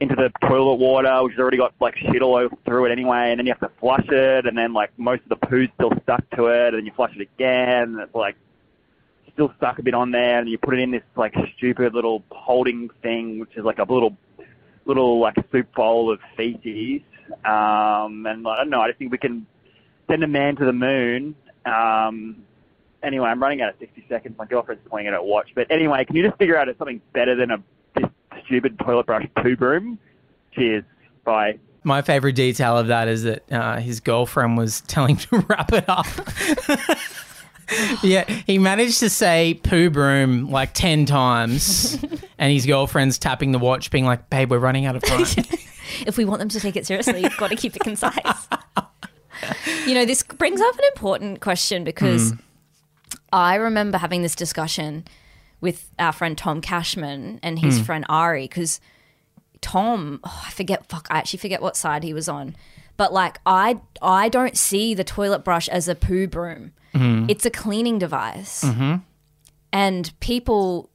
[SPEAKER 6] into the toilet water, which has already got like shit all over through it anyway. And then you have to flush it, and then like most of the poo's still stuck to it. And you flush it again, and it's like still stuck a bit on there. And you put it in this like stupid little holding thing, which is like a little little like soup bowl of feces. Um, and I don't know. I just think we can send a man to the moon. Um, anyway, I'm running out of 60 seconds. My girlfriend's pointing at her watch. But anyway, can you just figure out something better than a this stupid toilet brush poo broom? Cheers. Bye.
[SPEAKER 2] My favorite detail of that is that uh, his girlfriend was telling him to wrap it up. yeah, he managed to say poo broom like 10 times, and his girlfriend's tapping the watch, being like, babe, we're running out of time.
[SPEAKER 1] if we want them to take it seriously, you've got to keep it concise. you know, this brings up an important question because
[SPEAKER 2] Hmm.
[SPEAKER 1] I remember having this discussion with our friend Tom Cashman and
[SPEAKER 2] Hmm.
[SPEAKER 1] his friend Ari because Tom, oh, I forget, fuck, I actually forget what side he was on. But like, I I don't see the toilet brush as a poo
[SPEAKER 2] Hmm. Mm-hmm.
[SPEAKER 1] broom. It's a cleaning device, and people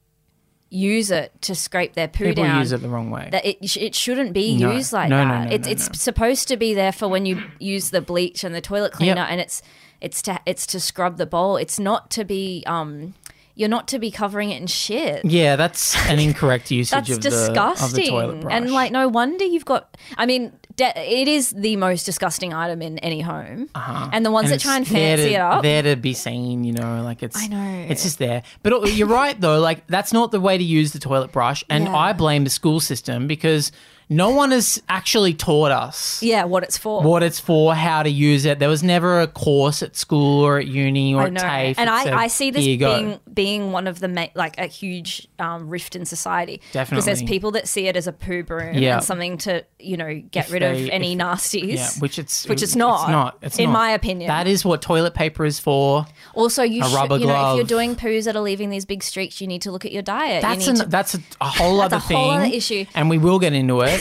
[SPEAKER 1] use it to scrape their poo
[SPEAKER 2] People
[SPEAKER 1] down.
[SPEAKER 2] use it the wrong way.
[SPEAKER 1] That it, sh- it shouldn't be
[SPEAKER 2] No.
[SPEAKER 1] used like
[SPEAKER 2] No, no,
[SPEAKER 1] that.
[SPEAKER 2] no,
[SPEAKER 1] it's
[SPEAKER 2] no,
[SPEAKER 1] it's
[SPEAKER 2] no.
[SPEAKER 1] supposed to be there for when you use the bleach and the toilet cleaner, and it's it's to it's to scrub the bowl. It's not to be um you're not to be covering it in shit.
[SPEAKER 2] yeah, that's an incorrect
[SPEAKER 1] That's
[SPEAKER 2] usage of, The, of the
[SPEAKER 1] disgusting.
[SPEAKER 2] toilet brush.
[SPEAKER 1] And like, no wonder you've got. I mean, de- it is the most disgusting item in any home. And the ones
[SPEAKER 2] Uh-huh.
[SPEAKER 1] that
[SPEAKER 2] And
[SPEAKER 1] try and
[SPEAKER 2] it's there
[SPEAKER 1] fancy
[SPEAKER 2] to-
[SPEAKER 1] it up.
[SPEAKER 2] There to be seen, you know, like it's.
[SPEAKER 1] I know.
[SPEAKER 2] It's just there. But you're right, though. Like, that's not the way to use the toilet brush. And
[SPEAKER 1] Yeah.
[SPEAKER 2] I blame the school system because no one has actually taught us.
[SPEAKER 1] Yeah, what it's for.
[SPEAKER 2] What it's for, how to use it. There was never a course at school or at uni or
[SPEAKER 1] I
[SPEAKER 2] at
[SPEAKER 1] know.
[SPEAKER 2] TAFE.
[SPEAKER 1] and
[SPEAKER 2] that
[SPEAKER 1] I,
[SPEAKER 2] said,
[SPEAKER 1] I see this
[SPEAKER 2] "Here you go."
[SPEAKER 1] being being one of the ma- like a huge um, rift in society. Because there's
[SPEAKER 2] Definitely.
[SPEAKER 1] people that see it as a poo broom
[SPEAKER 2] Yeah.
[SPEAKER 1] and something to you know get rid of
[SPEAKER 2] they-
[SPEAKER 1] any
[SPEAKER 2] if-
[SPEAKER 1] nasties.
[SPEAKER 2] Yeah, which it's
[SPEAKER 1] Which it's not.
[SPEAKER 2] It's not. It's
[SPEAKER 1] In
[SPEAKER 2] not.
[SPEAKER 1] my opinion.
[SPEAKER 2] that is what toilet paper is for.
[SPEAKER 1] also, you
[SPEAKER 2] a
[SPEAKER 1] should
[SPEAKER 2] rubber
[SPEAKER 1] you know if you're
[SPEAKER 2] glove.
[SPEAKER 1] doing poos that are leaving these big streaks, you need to look at your diet.
[SPEAKER 2] That's
[SPEAKER 1] you
[SPEAKER 2] an,
[SPEAKER 1] need to
[SPEAKER 2] that's a, a whole
[SPEAKER 1] That's
[SPEAKER 2] other
[SPEAKER 1] a whole
[SPEAKER 2] thing,
[SPEAKER 1] other issue.
[SPEAKER 2] and we will get into it.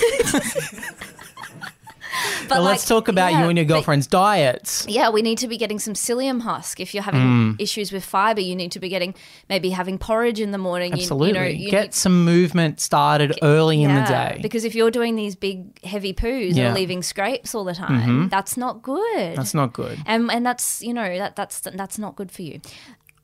[SPEAKER 1] but
[SPEAKER 2] But let's
[SPEAKER 1] like,
[SPEAKER 2] talk about
[SPEAKER 1] yeah,
[SPEAKER 2] you and your
[SPEAKER 1] but-
[SPEAKER 2] girlfriend's diets.
[SPEAKER 1] yeah, we need to be getting some psyllium husk. If you're having
[SPEAKER 2] Mm.
[SPEAKER 1] issues with fiber, you need to be getting maybe having porridge in the morning. You-
[SPEAKER 2] Absolutely.
[SPEAKER 1] You, know, you
[SPEAKER 2] Get
[SPEAKER 1] need-
[SPEAKER 2] some movement started early in the
[SPEAKER 1] Yeah,
[SPEAKER 2] day.
[SPEAKER 1] Because if you're doing these big, heavy poos
[SPEAKER 2] Yeah. Mm-hmm.
[SPEAKER 1] and leaving scrapes all the time, that's not good.
[SPEAKER 2] That's not good.
[SPEAKER 1] and and that's you know that that's that's not good for you.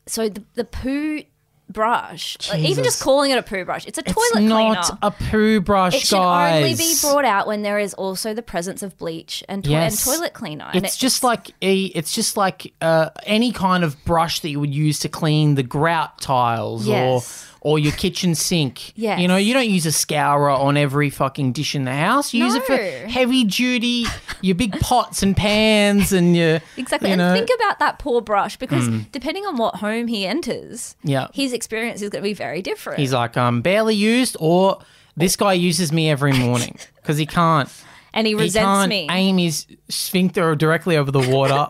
[SPEAKER 1] So the the poo brush, like, even
[SPEAKER 2] Jesus.
[SPEAKER 1] just calling it a poo brush, it's a
[SPEAKER 2] It's
[SPEAKER 1] toilet
[SPEAKER 2] not
[SPEAKER 1] cleaner.
[SPEAKER 2] a poo brush,
[SPEAKER 1] it should
[SPEAKER 2] guys.
[SPEAKER 1] only be brought out when there is also the presence of bleach and, to-
[SPEAKER 2] Yes.
[SPEAKER 1] and toilet cleaner. And
[SPEAKER 2] it's just like a, it's just like uh, any kind of brush that you would use to clean the grout tiles
[SPEAKER 1] Yes.
[SPEAKER 2] or or your kitchen sink.
[SPEAKER 1] Yes.
[SPEAKER 2] You know, you don't use a scourer on every fucking dish in the house. You use it for
[SPEAKER 1] No.
[SPEAKER 2] heavy duty, your big pots and pans and your
[SPEAKER 1] Exactly.
[SPEAKER 2] you
[SPEAKER 1] and
[SPEAKER 2] know, Mm.
[SPEAKER 1] think about that poor brush because depending on what home he enters,
[SPEAKER 2] Yeah.
[SPEAKER 1] his experience is going to be very different.
[SPEAKER 2] He's like, um, barely used, or this guy uses me every morning because he can't.
[SPEAKER 1] and he
[SPEAKER 2] He
[SPEAKER 1] resents
[SPEAKER 2] can't
[SPEAKER 1] me.
[SPEAKER 2] aim his sphincter directly over the water.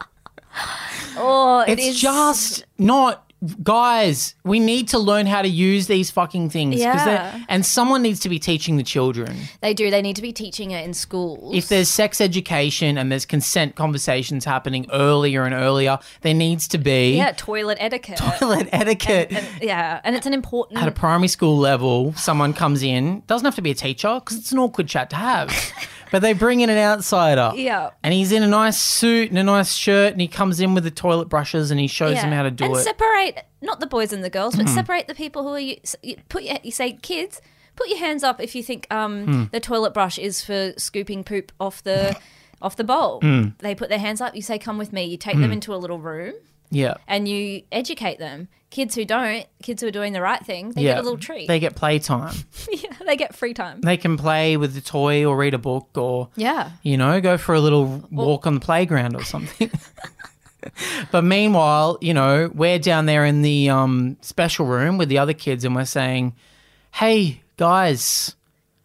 [SPEAKER 1] or Oh, it
[SPEAKER 2] it's
[SPEAKER 1] is-
[SPEAKER 2] just not. Guys, we need to learn how to use these fucking things. 'cause they're-
[SPEAKER 1] Yeah.
[SPEAKER 2] And someone needs to be teaching the children.
[SPEAKER 1] They do. They need to be teaching it in schools.
[SPEAKER 2] If there's sex education and there's consent conversations happening earlier and earlier, there needs to be
[SPEAKER 1] yeah, toilet etiquette.
[SPEAKER 2] toilet etiquette.
[SPEAKER 1] yeah, and it's an important.
[SPEAKER 2] at a primary school level, someone comes in, doesn't have to be a teacher because it's an awkward chat to have, but they bring in an outsider.
[SPEAKER 1] Yeah.
[SPEAKER 2] And he's in a nice suit and a nice shirt and he comes in with the toilet brushes and he shows
[SPEAKER 1] yeah.
[SPEAKER 2] them how to do
[SPEAKER 1] and
[SPEAKER 2] it. Mm-hmm.
[SPEAKER 1] separate not the boys and the girls, but separate the people who are you, s- you put your, you say kids. Put your hands up if you think um,
[SPEAKER 2] Hmm.
[SPEAKER 1] the toilet brush is for scooping poop off the off the bowl.
[SPEAKER 2] Hmm.
[SPEAKER 1] They put their hands up. You say, "Come with me." You take them into a little room.
[SPEAKER 2] yeah.
[SPEAKER 1] and you educate them. Kids who don't, kids who are doing the right thing, they
[SPEAKER 2] yeah.
[SPEAKER 1] get a little treat.
[SPEAKER 2] They
[SPEAKER 1] They,
[SPEAKER 2] get playtime.
[SPEAKER 1] they get free time.
[SPEAKER 2] They can play with the toy or read a book or,
[SPEAKER 1] Yeah.
[SPEAKER 2] you know, go for a little walk on the playground or something. but meanwhile, you know, we're down there in the um, special room with the other kids and we're saying, hey, guys.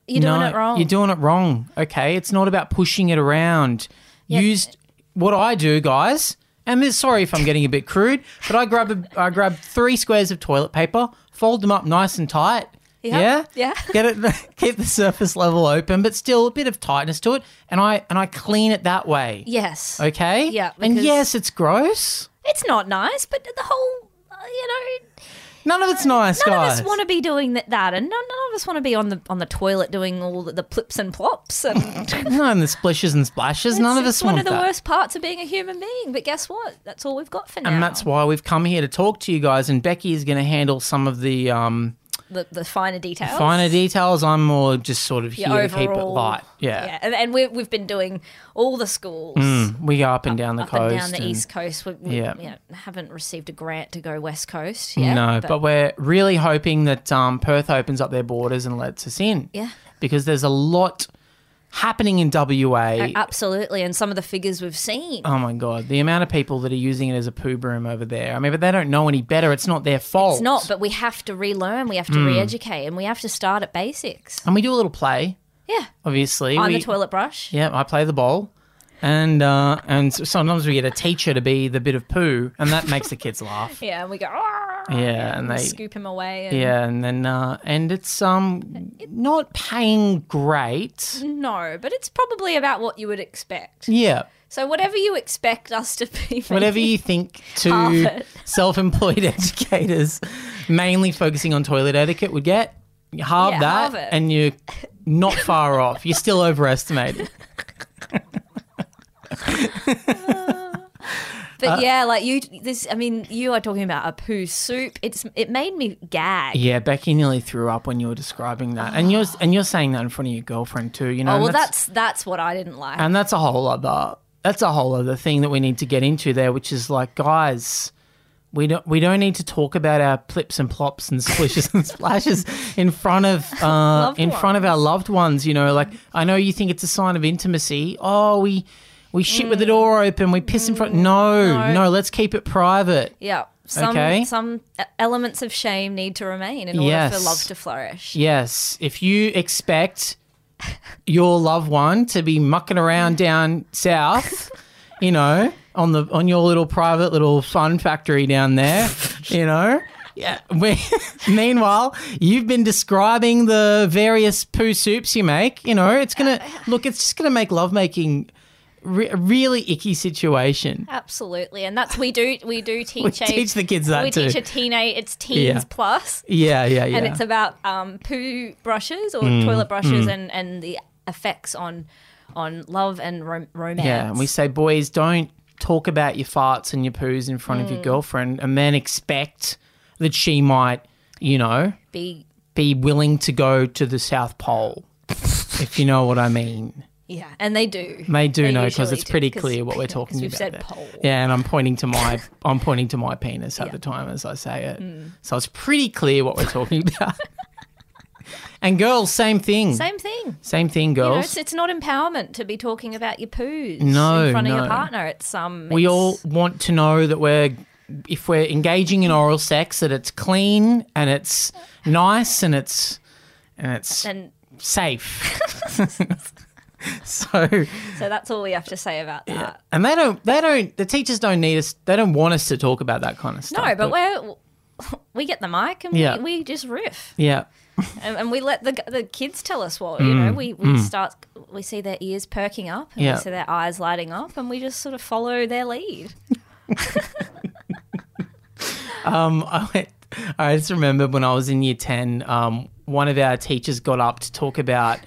[SPEAKER 1] You're doing
[SPEAKER 2] No,
[SPEAKER 1] it wrong.
[SPEAKER 2] You're doing it wrong. Okay, it's not about pushing it around. Use what I do, guys. And this, sorry if I'm getting a bit crude, but I grab a, I grab three squares of toilet paper, fold them up nice and tight. Yeah,
[SPEAKER 1] yeah.
[SPEAKER 2] Get it, keep the surface level open, but still a bit of tightness to it. And I and I clean it that way.
[SPEAKER 1] yes.
[SPEAKER 2] Okay.
[SPEAKER 1] Yeah,
[SPEAKER 2] And
[SPEAKER 1] because-
[SPEAKER 2] yes, it's gross.
[SPEAKER 1] It's not nice, but the whole, uh, you know,
[SPEAKER 2] None of it's nice,
[SPEAKER 1] none of
[SPEAKER 2] guys.
[SPEAKER 1] us want to be doing that, that and none, none of us want to be on the on the toilet doing all the, the plips and plops. And
[SPEAKER 2] No, and the splishes and splashes. None of
[SPEAKER 1] it's
[SPEAKER 2] us
[SPEAKER 1] one
[SPEAKER 2] want
[SPEAKER 1] of the
[SPEAKER 2] that.
[SPEAKER 1] worst parts of being a human being. But guess what? That's all we've got for now.
[SPEAKER 2] And that's why we've come here to talk to you guys. And Becky is going to handle some of the um,
[SPEAKER 1] the, the finer details.
[SPEAKER 2] finer details. I'm more just sort of here
[SPEAKER 1] Yeah,
[SPEAKER 2] to keep it
[SPEAKER 1] overall-
[SPEAKER 2] light. Yeah.
[SPEAKER 1] yeah. And, and we've, we've been doing all the schools.
[SPEAKER 2] We go up and down the
[SPEAKER 1] up
[SPEAKER 2] coast.
[SPEAKER 1] and down the
[SPEAKER 2] and-
[SPEAKER 1] east coast. We, we
[SPEAKER 2] Yeah.
[SPEAKER 1] you know, haven't received a grant to go west coast yet.
[SPEAKER 2] no, but, we're really hoping that um, Perth opens up their borders and lets us in.
[SPEAKER 1] Yeah.
[SPEAKER 2] Because there's a lot happening in WA.
[SPEAKER 1] Uh, absolutely. And some of the figures we've seen.
[SPEAKER 2] oh my God. The amount of people that are using it as a poo broom over there. I mean, but they don't know any better. It's not their fault.
[SPEAKER 1] it's not, but we have to relearn, we have
[SPEAKER 2] Hmm.
[SPEAKER 1] to re-educate, and we have to start at basics.
[SPEAKER 2] And we do a little play,
[SPEAKER 1] Yeah,
[SPEAKER 2] obviously.
[SPEAKER 1] on
[SPEAKER 2] we,
[SPEAKER 1] the toilet brush.
[SPEAKER 2] Yeah, I play the bowl. And uh, and s- sometimes we get a teacher to be the bit of poo, and that makes the kids laugh.
[SPEAKER 1] Yeah, and we go. "Arr,"
[SPEAKER 2] Yeah, and
[SPEAKER 1] we
[SPEAKER 2] they
[SPEAKER 1] scoop him away. And
[SPEAKER 2] yeah, and then uh, and it's um not paying great.
[SPEAKER 1] No, but it's probably about what you would expect.
[SPEAKER 2] Yeah,
[SPEAKER 1] So whatever you expect us to be,
[SPEAKER 2] whatever you think to
[SPEAKER 1] it.
[SPEAKER 2] self-employed educators, mainly focusing on toilet etiquette would get. You halve
[SPEAKER 1] Yeah,
[SPEAKER 2] that,
[SPEAKER 1] halve it.
[SPEAKER 2] and you're not far off. You're still overestimated. uh,
[SPEAKER 1] But yeah, like you, this. I mean, you are talking about a poo soup. It's it made me gag.
[SPEAKER 2] Yeah, Becky nearly threw up when you were describing that, and you're and you're saying that in front of your girlfriend too. You know,
[SPEAKER 1] Oh
[SPEAKER 2] and Uh,
[SPEAKER 1] well, that's that's what I didn't like.
[SPEAKER 2] and that's a whole other that's a whole other thing that we need to get into there, which is like, guys, we don't we don't need to talk about our plips and plops and splishes and splashes in front of uh, in front of our loved ones. Mm. You know, like I know you think it's a sign of intimacy. Oh, we we shit with the door open, we piss in front. Mm. No, no, let's keep it private.
[SPEAKER 1] yeah, some
[SPEAKER 2] Okay.
[SPEAKER 1] some e, elements of shame need to remain in order
[SPEAKER 2] Yes.
[SPEAKER 1] for love to flourish.
[SPEAKER 2] Yes. If you expect your loved one to be mucking
[SPEAKER 1] Mm.
[SPEAKER 2] around down south, you know, on the on your little private little fun factory down there, you know. Yeah. We, meanwhile, you've been describing the various poo soups you make. You know, it's gonna look. It's just gonna make lovemaking re- a really icky situation.
[SPEAKER 1] Absolutely, and that's we do we do teach a,
[SPEAKER 2] teach the kids that
[SPEAKER 1] we
[SPEAKER 2] too.
[SPEAKER 1] teach a teenage eh, it's teens
[SPEAKER 2] Yeah.
[SPEAKER 1] plus,
[SPEAKER 2] Yeah, yeah, yeah. Mm,
[SPEAKER 1] and it's about um, poo brushes or toilet brushes and and the effects on on love and rom- romance.
[SPEAKER 2] Yeah, and we say, boys, don't talk about your farts and your poos in front
[SPEAKER 1] Mm.
[SPEAKER 2] of your girlfriend, and then expect that she might, you know,
[SPEAKER 1] be
[SPEAKER 2] be willing to go to the South Pole, if you know what I mean.
[SPEAKER 1] yeah, and they do.
[SPEAKER 2] They do
[SPEAKER 1] They
[SPEAKER 2] know because
[SPEAKER 1] usually
[SPEAKER 2] it's
[SPEAKER 1] do,
[SPEAKER 2] pretty
[SPEAKER 1] 'cause-
[SPEAKER 2] clear what we're
[SPEAKER 1] 'cause
[SPEAKER 2] talking
[SPEAKER 1] we've
[SPEAKER 2] about.
[SPEAKER 1] said
[SPEAKER 2] there.
[SPEAKER 1] pole.
[SPEAKER 2] Yeah, and I'm pointing to my I'm pointing to my penis at the time as I say it,
[SPEAKER 1] Mm.
[SPEAKER 2] so it's pretty clear what we're talking about. and girls, same thing,
[SPEAKER 1] Same
[SPEAKER 2] same,
[SPEAKER 1] thing.
[SPEAKER 2] thing,
[SPEAKER 1] You know,
[SPEAKER 2] girls.
[SPEAKER 1] it's, it's not empowerment to be talking about your poos
[SPEAKER 2] No,
[SPEAKER 1] in front of
[SPEAKER 2] no.
[SPEAKER 1] your partner. It's um,
[SPEAKER 2] we
[SPEAKER 1] it's-
[SPEAKER 2] all want to know that we're if we're engaging in oral sex that it's clean and it's nice and it's and it's
[SPEAKER 1] and
[SPEAKER 2] safe so
[SPEAKER 1] so that's all we have to say about that.
[SPEAKER 2] and they don't they don't the teachers don't need us they don't want us to talk about that kind of stuff
[SPEAKER 1] No, but we're we get the mic and
[SPEAKER 2] Yeah.
[SPEAKER 1] we, we just riff
[SPEAKER 2] yeah
[SPEAKER 1] and, and we let the the kids tell us what you know. We we start we see their ears perking up and
[SPEAKER 2] Mm, Yeah.
[SPEAKER 1] we see their eyes lighting up and we just sort of follow their lead.
[SPEAKER 2] Um, I, went, I just remember when I was in year 10, um, one of our teachers got up to talk about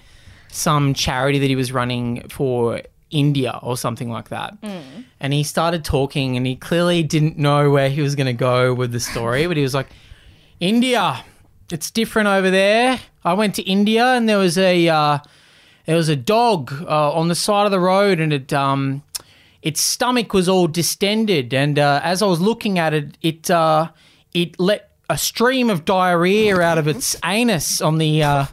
[SPEAKER 2] some charity that he was running for India or something like that. And he started talking and he clearly didn't know where he was going to go with the story, but he was like, India, it's different over there. I went to India and there was a. Uh, there was a dog uh, on the side of the road, and it um, its stomach was all distended, and uh, as I was looking at it, it uh, it let a stream of diarrhea out of its anus on the uh,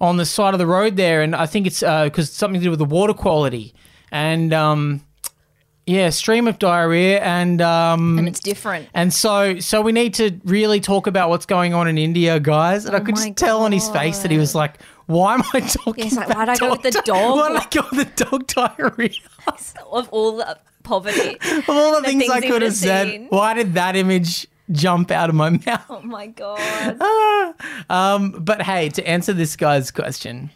[SPEAKER 2] on the side of the road there, and I think it's because it's something to do with the water quality, and um, yeah, stream of diarrhea, and um,
[SPEAKER 1] And it's different.
[SPEAKER 2] and so, so we need to really talk about what's going on in India, guys. And I could
[SPEAKER 1] Oh my
[SPEAKER 2] just tell on his face that he was like, "Why am I talking?
[SPEAKER 1] He's like,
[SPEAKER 2] about
[SPEAKER 1] "Why'd I go with the
[SPEAKER 2] di-
[SPEAKER 1] dog?"
[SPEAKER 2] Why did I go with the dog diarrhea?
[SPEAKER 1] of all the poverty.
[SPEAKER 2] Of all the, things,
[SPEAKER 1] things
[SPEAKER 2] I
[SPEAKER 1] he
[SPEAKER 2] could have
[SPEAKER 1] would've
[SPEAKER 2] said,
[SPEAKER 1] seen.
[SPEAKER 2] why did that image jump out of my mouth?
[SPEAKER 1] oh my god.
[SPEAKER 2] But hey, to answer this guy's question,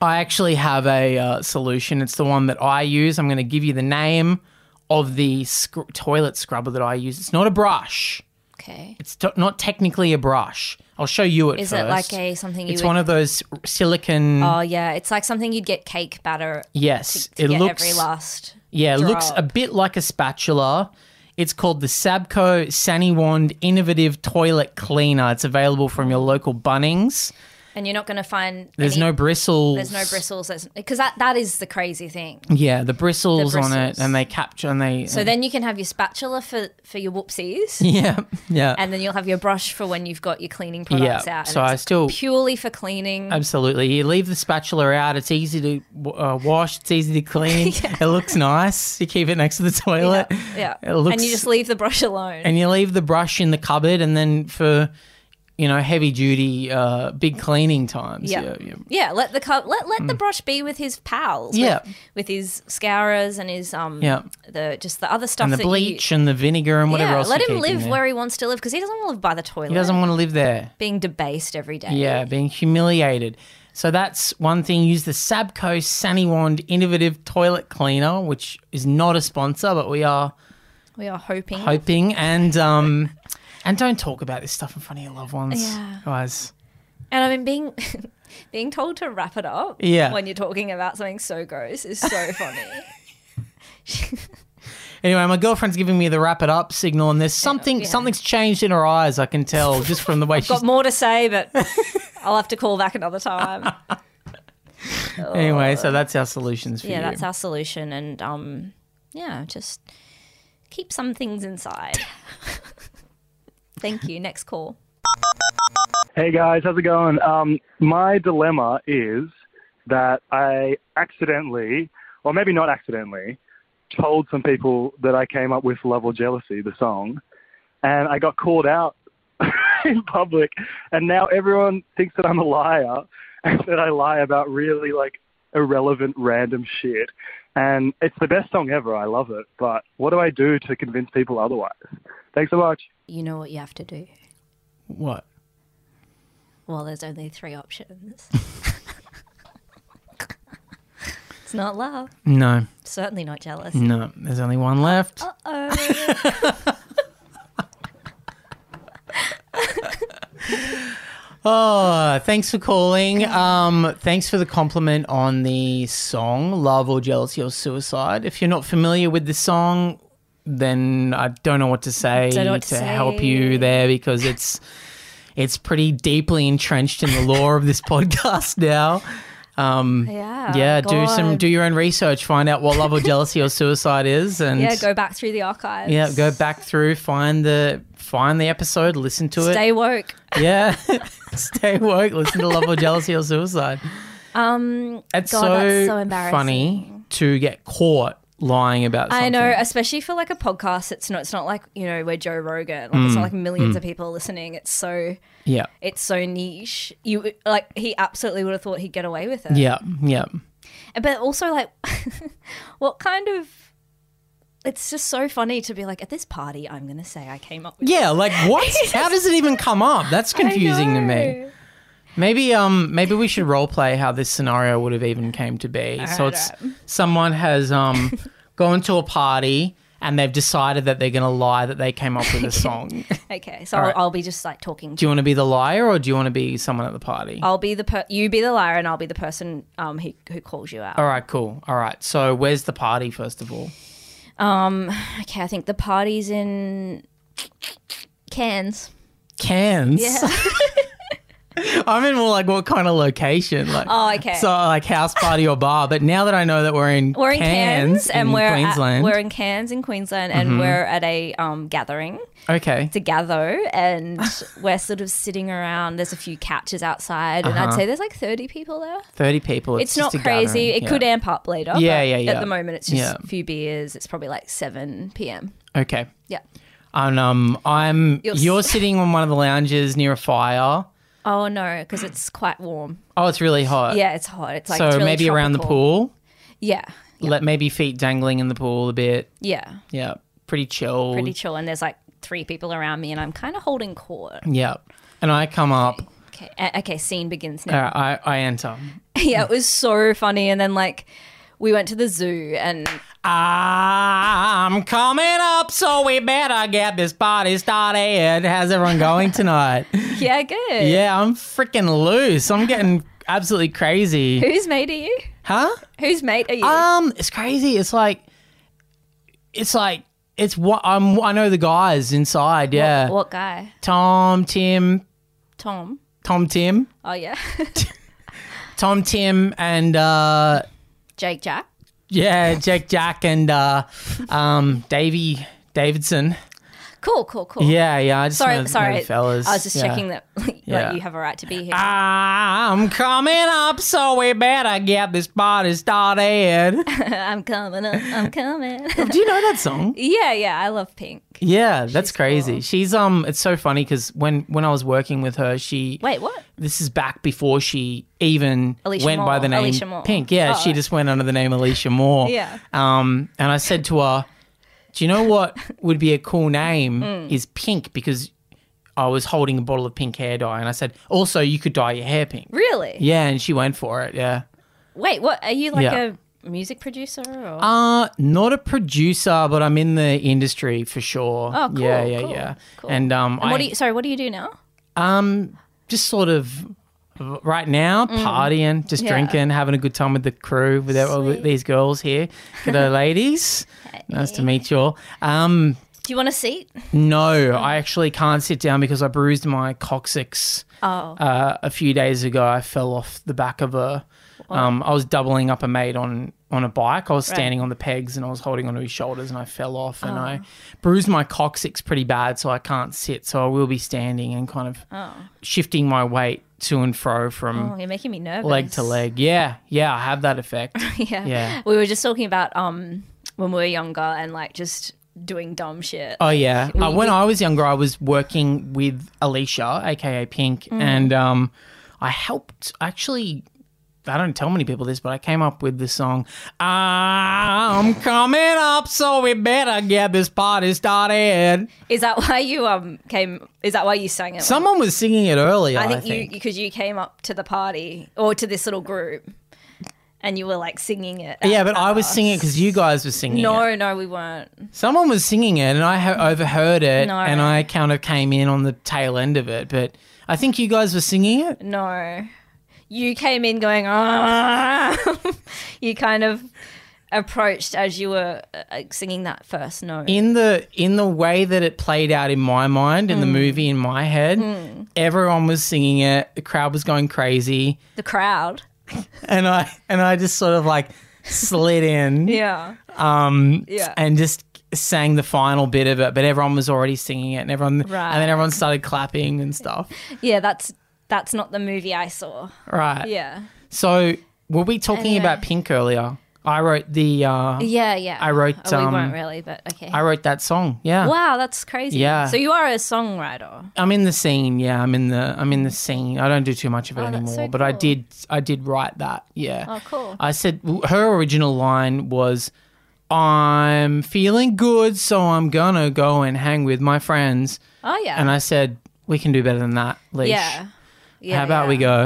[SPEAKER 2] I actually have a uh, solution. It's the one that I use. I'm going to give you the name of the scr- toilet scrubber that I use. It's not a brush.
[SPEAKER 1] Okay.
[SPEAKER 2] It's t- not technically a brush. I'll show you it
[SPEAKER 1] Is
[SPEAKER 2] first.
[SPEAKER 1] it like a something you
[SPEAKER 2] It's
[SPEAKER 1] would
[SPEAKER 2] one of those silicon.
[SPEAKER 1] Oh yeah, it's like something you'd get cake batter
[SPEAKER 2] yes,
[SPEAKER 1] to
[SPEAKER 2] it
[SPEAKER 1] get
[SPEAKER 2] looks.
[SPEAKER 1] every last.
[SPEAKER 2] yeah, it looks
[SPEAKER 1] drop.
[SPEAKER 2] a bit like a spatula. It's called the Sabco Saniwand Innovative Toilet Cleaner. It's available from your local Bunnings.
[SPEAKER 1] And you're not going to find
[SPEAKER 2] There's
[SPEAKER 1] any-
[SPEAKER 2] no bristles.
[SPEAKER 1] there's no bristles because that that is the crazy thing.
[SPEAKER 2] Yeah, the bristles, on it,
[SPEAKER 1] bristles.
[SPEAKER 2] and they capture and they.
[SPEAKER 1] So then you can have your spatula for for your whoopsies.
[SPEAKER 2] yeah, yeah,
[SPEAKER 1] And then you'll have your brush for when you've got your cleaning products
[SPEAKER 2] Yeah,
[SPEAKER 1] out. And
[SPEAKER 2] so I
[SPEAKER 1] it's
[SPEAKER 2] still-
[SPEAKER 1] purely for cleaning.
[SPEAKER 2] absolutely. You leave the spatula out. It's easy to uh, wash. It's easy to clean. It looks nice. You keep it next to the toilet.
[SPEAKER 1] yeah,
[SPEAKER 2] It looks,
[SPEAKER 1] and you just leave the brush alone.
[SPEAKER 2] and you leave the brush in the cupboard and then for you know heavy duty uh big cleaning times
[SPEAKER 1] yeah.
[SPEAKER 2] uh, yeah, Mm.
[SPEAKER 1] yeah, Let the cu- let let the brush be with his pals.
[SPEAKER 2] Yeah.
[SPEAKER 1] with, with his scourers and his um
[SPEAKER 2] Yeah.
[SPEAKER 1] the just the other stuff
[SPEAKER 2] and the
[SPEAKER 1] that you-
[SPEAKER 2] bleach and the vinegar and whatever
[SPEAKER 1] yeah,
[SPEAKER 2] else
[SPEAKER 1] let
[SPEAKER 2] you
[SPEAKER 1] him
[SPEAKER 2] keep in
[SPEAKER 1] live
[SPEAKER 2] there.
[SPEAKER 1] where he wants to live because he doesn't want to live by the toilet.
[SPEAKER 2] he doesn't want to live there
[SPEAKER 1] being debased every day.
[SPEAKER 2] yeah being humiliated so that's one thing use the sabco saniwand innovative toilet cleaner which is not a sponsor but we are
[SPEAKER 1] we are hoping.
[SPEAKER 2] hoping and um And don't talk about this stuff in front of your loved ones,
[SPEAKER 1] Yeah.
[SPEAKER 2] guys.
[SPEAKER 1] And I mean, being being told to wrap it up
[SPEAKER 2] Yeah.
[SPEAKER 1] when you're talking about something so gross is so funny.
[SPEAKER 2] Anyway, my girlfriend's giving me the wrap it up signal, and there's something
[SPEAKER 1] yeah.
[SPEAKER 2] something's changed in her eyes. I can tell just from the way she's.
[SPEAKER 1] Got more to say, but I'll have to call back another time.
[SPEAKER 2] anyway, so that's our solutions for
[SPEAKER 1] Oh. yeah,
[SPEAKER 2] you.
[SPEAKER 1] that's our solution. And um, yeah, just keep some things inside. Thank you. Next call.
[SPEAKER 7] Hey guys, how's it going? Um, my dilemma is that I accidentally, or maybe not accidentally, told some people that I came up with Love or Jealousy, the song, and I got called out in public, and now everyone thinks that I'm a liar and that I lie about really like irrelevant random shit. And it's the best song ever. I love it. But what do I do to convince people otherwise? Thanks so much.
[SPEAKER 1] You know what you have to do.
[SPEAKER 2] what?
[SPEAKER 1] Well, there's only three options. it's not love.
[SPEAKER 2] No,
[SPEAKER 1] Certainly not jealous.
[SPEAKER 2] no. There's only one left. Oh, thanks for calling. Um, thanks for the compliment on the song "Love or Jealousy or Suicide." If you're not familiar with the song, then I don't know what to say
[SPEAKER 1] Don't know what
[SPEAKER 2] to,
[SPEAKER 1] to say.
[SPEAKER 2] help you there because it's it's pretty deeply entrenched in the lore of this podcast now. Um,
[SPEAKER 1] Yeah.
[SPEAKER 2] yeah, do some
[SPEAKER 1] God.
[SPEAKER 2] do your own research, find out what love or jealousy or suicide is, and
[SPEAKER 1] Yeah, go back through the archives.
[SPEAKER 2] yeah, go back through, find the find the episode, listen to it.
[SPEAKER 1] Stay woke.
[SPEAKER 2] Yeah. Stay woke. Listen to Love or Jealousy or Suicide. Um, it's
[SPEAKER 1] God,
[SPEAKER 2] so,
[SPEAKER 1] that's so embarrassing.
[SPEAKER 2] funny to get caught lying about something.
[SPEAKER 1] I know, especially for like a podcast. It's not. It's not like you know we're Joe Rogan. Like,
[SPEAKER 2] Mm.
[SPEAKER 1] It's not like millions of people are listening. It's so.
[SPEAKER 2] Yeah.
[SPEAKER 1] It's so niche. You like he absolutely would have thought he'd get away with it.
[SPEAKER 2] Yeah. Yeah.
[SPEAKER 1] But also like, what kind of? It's just so funny to be like at this party. I'm gonna say I came up with.
[SPEAKER 2] Yeah. Like, what? How does it even come up? That's confusing to me. Maybe um maybe we should role play how this scenario would have even came to be. so it's someone has um gone to a party and they've decided that they're going to lie that they came up with a song.
[SPEAKER 1] Okay, so I'll,
[SPEAKER 2] right.
[SPEAKER 1] I'll be just like talking.
[SPEAKER 2] do you want to be the liar or do you want to be someone at the party?
[SPEAKER 1] I'll be the per- you be the liar, and I'll be the person um who who calls you out.
[SPEAKER 2] All right, cool. All right. So, where's the party first of all?
[SPEAKER 1] Okay, I think the party's in Cairns.
[SPEAKER 2] Cairns. I'm in more like what kind of location? Like,
[SPEAKER 1] Oh, okay.
[SPEAKER 2] So, like house party or bar. But now that I know that we're in
[SPEAKER 1] We're in Cairns, and we're at-
[SPEAKER 2] Queensland.
[SPEAKER 1] we're in Cairns in Queensland, and we're at a um, gathering
[SPEAKER 2] okay.
[SPEAKER 1] to gather, and we're sort of sitting around. There's a few couches outside, and I'd say there's like 30 people there.
[SPEAKER 2] Thirty people. It's,
[SPEAKER 1] It's, not
[SPEAKER 2] just a
[SPEAKER 1] crazy.
[SPEAKER 2] gathering.
[SPEAKER 1] It could
[SPEAKER 2] Yeah.
[SPEAKER 1] amp up later.
[SPEAKER 2] Yeah,
[SPEAKER 1] but
[SPEAKER 2] yeah, yeah.
[SPEAKER 1] At the moment, it's just
[SPEAKER 2] Yeah.
[SPEAKER 1] a few beers. It's probably like 7 p.m.
[SPEAKER 2] Okay.
[SPEAKER 1] Yeah.
[SPEAKER 2] And um, I'm
[SPEAKER 1] You're
[SPEAKER 2] you're,
[SPEAKER 1] s-
[SPEAKER 2] sitting on one of the lounges near a fire.
[SPEAKER 1] Oh no, because it's quite warm.
[SPEAKER 2] Oh, it's really hot.
[SPEAKER 1] Yeah, it's hot. It's like
[SPEAKER 2] so
[SPEAKER 1] it's really
[SPEAKER 2] maybe around the
[SPEAKER 1] tropical.
[SPEAKER 2] pool.
[SPEAKER 1] Yeah,
[SPEAKER 2] Let maybe feet dangling in the pool a bit.
[SPEAKER 1] yeah,
[SPEAKER 2] Yeah. Pretty chill.
[SPEAKER 1] pretty chill. And there's like three people around me, and I'm kind of holding court.
[SPEAKER 2] Yeah. And I come up.
[SPEAKER 1] Okay, a- okay. Scene begins now.
[SPEAKER 2] Uh, I I enter.
[SPEAKER 1] yeah, it was so funny. And then like we went to the zoo and
[SPEAKER 2] I'm coming up, so we better get this party started. How's everyone going tonight?
[SPEAKER 1] yeah, good.
[SPEAKER 2] yeah, I'm freaking loose. I'm getting absolutely crazy.
[SPEAKER 1] Whose mate are you?
[SPEAKER 2] Huh?
[SPEAKER 1] Whose mate are you?
[SPEAKER 2] Um, it's crazy. It's like, it's like, it's what I'm. I know the guys inside. Yeah,
[SPEAKER 1] What guy?
[SPEAKER 2] Tom, Tim,
[SPEAKER 1] Tom.
[SPEAKER 2] Tom, Tim,
[SPEAKER 1] Oh yeah.
[SPEAKER 2] Tom, Tim, and uh,
[SPEAKER 1] Jake Jack.
[SPEAKER 2] yeah, Jack, Jack, and uh, um, Davy Davidson.
[SPEAKER 1] Cool, cool, cool.
[SPEAKER 2] Yeah, yeah. I just
[SPEAKER 1] Sorry,
[SPEAKER 2] know, know
[SPEAKER 1] sorry.
[SPEAKER 2] the fellas.
[SPEAKER 1] I was just
[SPEAKER 2] Yeah.
[SPEAKER 1] checking that like,
[SPEAKER 2] Yeah. Ah.
[SPEAKER 1] you have a right to be here.
[SPEAKER 2] I'm coming up, so we better get this party started.
[SPEAKER 1] I'm coming up. I'm coming.
[SPEAKER 2] Do you know that song?
[SPEAKER 1] yeah, yeah. I love Pink.
[SPEAKER 2] Yeah, that's crazy. She's um, it's so funny because when when I was working with her, she
[SPEAKER 1] Wait, what?
[SPEAKER 2] This is back before she even
[SPEAKER 1] Alicia
[SPEAKER 2] went by
[SPEAKER 1] Moore.
[SPEAKER 2] the name
[SPEAKER 1] Alicia Moore.
[SPEAKER 2] Pink. Yeah,
[SPEAKER 1] Oh.
[SPEAKER 2] she just went under the name Alicia Moore.
[SPEAKER 1] Yeah.
[SPEAKER 2] Um, and I said to her, "Do you know what would be a cool name
[SPEAKER 1] Mm.
[SPEAKER 2] is Pink because." I was holding a bottle of pink hair dye, and I said, "Also, you could dye your hair pink."
[SPEAKER 1] Really?
[SPEAKER 2] Yeah, and she went for it. Yeah,
[SPEAKER 1] Wait, what? Are you like
[SPEAKER 2] Yeah.
[SPEAKER 1] a music producer or
[SPEAKER 2] Uh, not a producer, but I'm in the industry for sure.
[SPEAKER 1] Oh, cool,
[SPEAKER 2] Yeah, yeah,
[SPEAKER 1] cool,
[SPEAKER 2] yeah.
[SPEAKER 1] cool.
[SPEAKER 2] And um,
[SPEAKER 1] And
[SPEAKER 2] I
[SPEAKER 1] what do you sorry, what do you do now?
[SPEAKER 2] um just sort of right now partying, just
[SPEAKER 1] Mm. Yeah.
[SPEAKER 2] drinking, having a good time with the crew with, all with these girls here. Good ladies. Nice to meet you all. Um,
[SPEAKER 1] Do you want a seat?
[SPEAKER 2] no, I actually can't sit down because I bruised my coccyx
[SPEAKER 1] Oh.
[SPEAKER 2] uh, a few days ago. I fell off the back of a. Um, I was doubling up a mate on on a bike. I was standing on the pegs and I was holding onto his shoulders and I fell off and I bruised my coccyx pretty bad, so I can't sit. So I will be standing and kind of shifting my weight to and fro from
[SPEAKER 1] Oh, you're making me nervous.
[SPEAKER 2] leg to leg. Yeah, yeah, I have that effect.
[SPEAKER 1] yeah.
[SPEAKER 2] Yeah.
[SPEAKER 1] We were just talking about um when we were younger and like just doing dumb shit.
[SPEAKER 2] Oh yeah. uh, when I was younger, I was working with Alicia, aka Pink,
[SPEAKER 1] Mm.
[SPEAKER 2] and um, I helped. Actually, I don't tell many people this, but I came up with the song "I'm Coming Up," so we better get this party started.
[SPEAKER 1] Is that why you um came is that why you sang it?
[SPEAKER 2] Someone was singing it earlier.
[SPEAKER 1] I think you because you came up to the party or to this little group and you were like singing it. at-
[SPEAKER 2] yeah, but
[SPEAKER 1] at
[SPEAKER 2] I was
[SPEAKER 1] us.
[SPEAKER 2] singing it because you guys were singing it.
[SPEAKER 1] Uh, No, no, we weren't.
[SPEAKER 2] Someone was singing it, and I ha- overheard it,
[SPEAKER 1] No.
[SPEAKER 2] and I kind of came in on the tail end of it. But I think you guys were singing it.
[SPEAKER 1] No. You came in going, ah. you kind of approached as you were uh, singing that first note.
[SPEAKER 2] in the in the way that it played out in my mind
[SPEAKER 1] Hmm.
[SPEAKER 2] in the movie in my head everyone was singing it the crowd was going crazy
[SPEAKER 1] the crowd.
[SPEAKER 2] and i and i just sort of like slid in
[SPEAKER 1] Yeah.
[SPEAKER 2] um
[SPEAKER 1] Yeah.
[SPEAKER 2] and just sang the final bit of it but everyone was already singing it and everyone and
[SPEAKER 1] Right.
[SPEAKER 2] then everyone started clapping and stuff
[SPEAKER 1] Yeah, that's that's not the movie I saw.
[SPEAKER 2] right
[SPEAKER 1] Yeah.
[SPEAKER 2] so were we talking
[SPEAKER 1] Anyway.
[SPEAKER 2] about pink earlier i wrote the uh
[SPEAKER 1] Yeah, yeah.
[SPEAKER 2] I wrote,
[SPEAKER 1] Oh, we
[SPEAKER 2] um,
[SPEAKER 1] weren't really, but okay.
[SPEAKER 2] i wrote that song yeah
[SPEAKER 1] wow, that's crazy.
[SPEAKER 2] Yeah.
[SPEAKER 1] So you are a songwriter.
[SPEAKER 2] I'm in the scene. Yeah, I'm in the I'm in the scene. I don't do too much of it
[SPEAKER 1] Mm. Oh, that's
[SPEAKER 2] anymore,
[SPEAKER 1] so
[SPEAKER 2] but I
[SPEAKER 1] cool.
[SPEAKER 2] did I did write that. Yeah.
[SPEAKER 1] Oh, cool.
[SPEAKER 2] I said her original line was I'm feeling good, so I'm gonna go and hang with my friends.
[SPEAKER 1] Oh yeah.
[SPEAKER 2] And I said we can do better than that, Leash.
[SPEAKER 1] yeah. Yeah.
[SPEAKER 2] How about
[SPEAKER 1] yeah.
[SPEAKER 2] we go?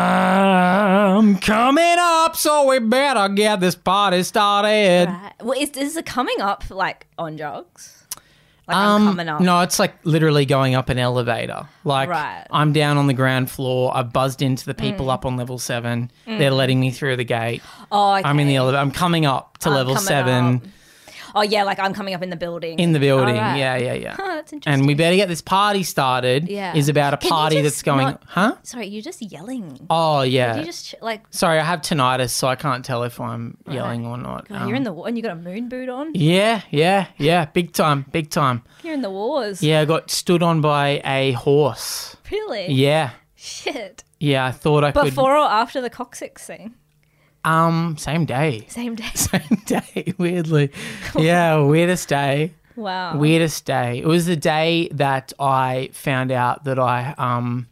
[SPEAKER 2] I'm coming up, so we better get this party started.
[SPEAKER 1] Right. Uh, Well, is, is the coming up like on drugs? Like
[SPEAKER 2] Um,
[SPEAKER 1] I'm coming up.
[SPEAKER 2] No, it's like literally going up an elevator. Like
[SPEAKER 1] Right. Mm.
[SPEAKER 2] I'm down on the ground floor. I buzzed into the people up on level seven. They're letting me through the gate.
[SPEAKER 1] Oh, Mm. okay.
[SPEAKER 2] I'm in the elevator. I'm coming up to
[SPEAKER 1] I'm
[SPEAKER 2] level
[SPEAKER 1] coming
[SPEAKER 2] seven
[SPEAKER 1] up. Oh yeah, like I'm coming up in the building.
[SPEAKER 2] in the building.
[SPEAKER 1] All right.
[SPEAKER 2] Yeah, yeah, yeah.
[SPEAKER 1] Oh, that's interesting.
[SPEAKER 2] and we better get this party started.
[SPEAKER 1] Yeah.
[SPEAKER 2] is about a
[SPEAKER 1] Can you
[SPEAKER 2] party that's
[SPEAKER 1] just
[SPEAKER 2] going.
[SPEAKER 1] not-
[SPEAKER 2] huh?
[SPEAKER 1] Sorry, you're just yelling.
[SPEAKER 2] Oh
[SPEAKER 1] you
[SPEAKER 2] yeah.
[SPEAKER 1] just like
[SPEAKER 2] Sorry, I have tinnitus, so I can't tell if I'm yelling or not.
[SPEAKER 1] God, you're in the war and you got a moon boot on.
[SPEAKER 2] Um, yeah, yeah, yeah. Big time, big time.
[SPEAKER 1] You're in the wars.
[SPEAKER 2] Yeah, I got stood on by a horse.
[SPEAKER 1] Really?
[SPEAKER 2] Yeah,
[SPEAKER 1] Shit.
[SPEAKER 2] yeah. I thought I could.
[SPEAKER 1] Before or after the coccyx thing?
[SPEAKER 2] Um, same day.
[SPEAKER 1] Same day.
[SPEAKER 2] Same day, weirdly. Yeah, weirdest day.
[SPEAKER 1] Wow.
[SPEAKER 2] Weirdest day. It was the day that I found out that I um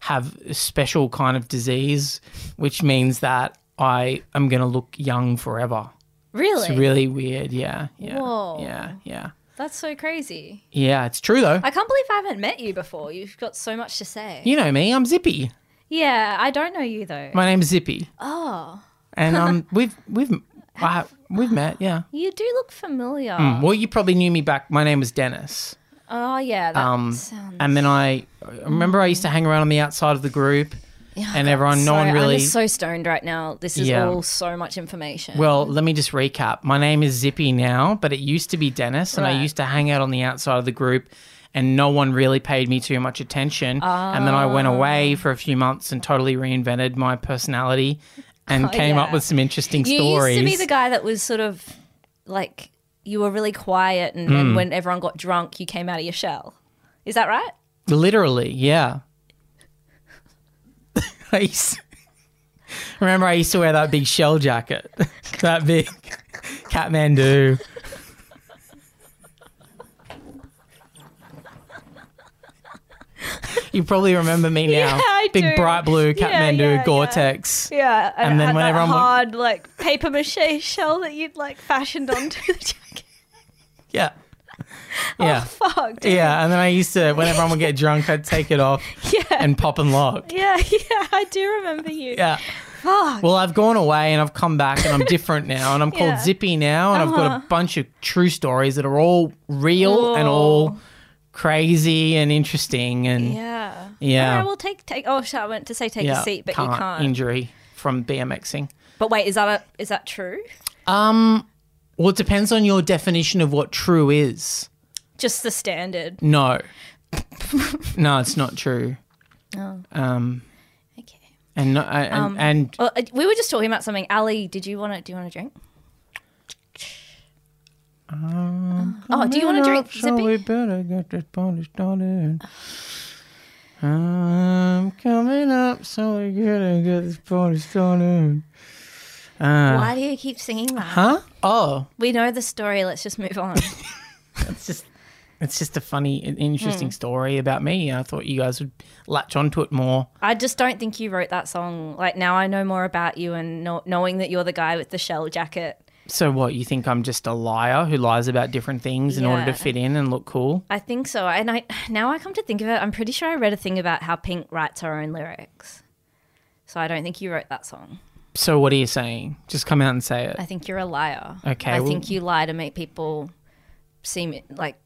[SPEAKER 2] have a special kind of disease, which means that I am gonna look young forever.
[SPEAKER 1] really?
[SPEAKER 2] It's really weird, yeah. Yeah.
[SPEAKER 1] Whoa.
[SPEAKER 2] Yeah, yeah.
[SPEAKER 1] That's so crazy.
[SPEAKER 2] Yeah, it's true though.
[SPEAKER 1] I can't believe I haven't met you before. You've got so much to say.
[SPEAKER 2] you know me, I'm Zippy.
[SPEAKER 1] yeah, I don't know you though.
[SPEAKER 2] My name's Zippy.
[SPEAKER 1] oh,
[SPEAKER 2] And um we've we've I, we've met, yeah.
[SPEAKER 1] you do look familiar.
[SPEAKER 2] Well, you probably knew me back. My name was Dennis.
[SPEAKER 1] Oh yeah, that
[SPEAKER 2] Um,
[SPEAKER 1] sounds.
[SPEAKER 2] and then I I remember I used to hang around on the outside of the group, and everyone, no
[SPEAKER 1] Sorry,
[SPEAKER 2] one
[SPEAKER 1] I'm
[SPEAKER 2] really.
[SPEAKER 1] just so stoned right now. This is
[SPEAKER 2] Yeah.
[SPEAKER 1] all so much information.
[SPEAKER 2] well, let me just recap. My name is Zippy now, but it used to be Dennis, and I
[SPEAKER 1] Right.
[SPEAKER 2] used to hang out on the outside of the group, and no one really paid me too much attention. And then I went away
[SPEAKER 1] Oh.
[SPEAKER 2] for a few months and totally reinvented my personality, and came up
[SPEAKER 1] Oh, yeah.
[SPEAKER 2] with some interesting
[SPEAKER 1] you
[SPEAKER 2] stories.
[SPEAKER 1] used to be the guy that was sort of like you were really quiet, and
[SPEAKER 2] Hmm.
[SPEAKER 1] then when everyone got drunk, you came out of your shell. Is that right?
[SPEAKER 2] Literally, yeah. I used remember I used to wear that big shell jacket, that big Kathmandu. You probably remember me now.
[SPEAKER 1] Yeah, I
[SPEAKER 2] big
[SPEAKER 1] do.
[SPEAKER 2] bright blue
[SPEAKER 1] Yeah,
[SPEAKER 2] Kathmandu
[SPEAKER 1] yeah, yeah.
[SPEAKER 2] Gore-Tex.
[SPEAKER 1] Yeah, and,
[SPEAKER 2] And
[SPEAKER 1] it
[SPEAKER 2] then
[SPEAKER 1] had
[SPEAKER 2] when
[SPEAKER 1] that
[SPEAKER 2] everyone went-
[SPEAKER 1] hard like paper mache shell that you'd like fashioned onto the jacket.
[SPEAKER 2] Yeah. Yeah.
[SPEAKER 1] Oh, Fuck. dude.
[SPEAKER 2] yeah, and then I used to when everyone would get drunk, I'd take it off
[SPEAKER 1] Yeah.
[SPEAKER 2] and pop and lock.
[SPEAKER 1] yeah, yeah, I do remember you.
[SPEAKER 2] Yeah.
[SPEAKER 1] Fuck.
[SPEAKER 2] Well, I've gone away and I've come back and I'm different now and I'm
[SPEAKER 1] Yeah. Uh-huh.
[SPEAKER 2] called Zippy now and I've got a bunch of true stories that are all real and all crazy and interesting and yeah,
[SPEAKER 1] Yeah.
[SPEAKER 2] Yeah.
[SPEAKER 1] All right, well, take take. Oh, shit, I went to say take a seat, but you can't.
[SPEAKER 2] injury from BMXing.
[SPEAKER 1] But wait, is that a, is that true?
[SPEAKER 2] Well, it depends on your definition of what true is.
[SPEAKER 1] Just the standard.
[SPEAKER 2] No, no, it's not true.
[SPEAKER 1] Oh.
[SPEAKER 2] Um,
[SPEAKER 1] Okay.
[SPEAKER 2] And no, and, and
[SPEAKER 1] Well, uh, we were just talking about something. Ali, did you want to? Do you want to drink? oh, do you want to drink,
[SPEAKER 2] Um, Shall we
[SPEAKER 1] Zippy?
[SPEAKER 2] better get this party started. I'm coming up, so we gotta get this party started. Uh,
[SPEAKER 1] Why do you keep singing that?
[SPEAKER 2] Huh? Oh,
[SPEAKER 1] We know the story. Let's just move on.
[SPEAKER 2] it's just it's just a funny, an interesting story about me. I thought you guys would latch onto it more.
[SPEAKER 1] I just don't think you wrote that song. Like now, I know more about you, and know, knowing that you're the guy with the shell jacket.
[SPEAKER 2] So, what you think? I'm just a liar who lies about different things in order to
[SPEAKER 1] Yeah.
[SPEAKER 2] fit in and look cool.
[SPEAKER 1] I think so. And I now I come to think of it, I'm pretty sure I read a thing about how Pink writes her own lyrics. So I don't think you wrote that song.
[SPEAKER 2] So, what are you saying? Just come out and say it.
[SPEAKER 1] I think you're a liar.
[SPEAKER 2] Okay,
[SPEAKER 1] I
[SPEAKER 2] well-
[SPEAKER 1] think you lie to make people seem like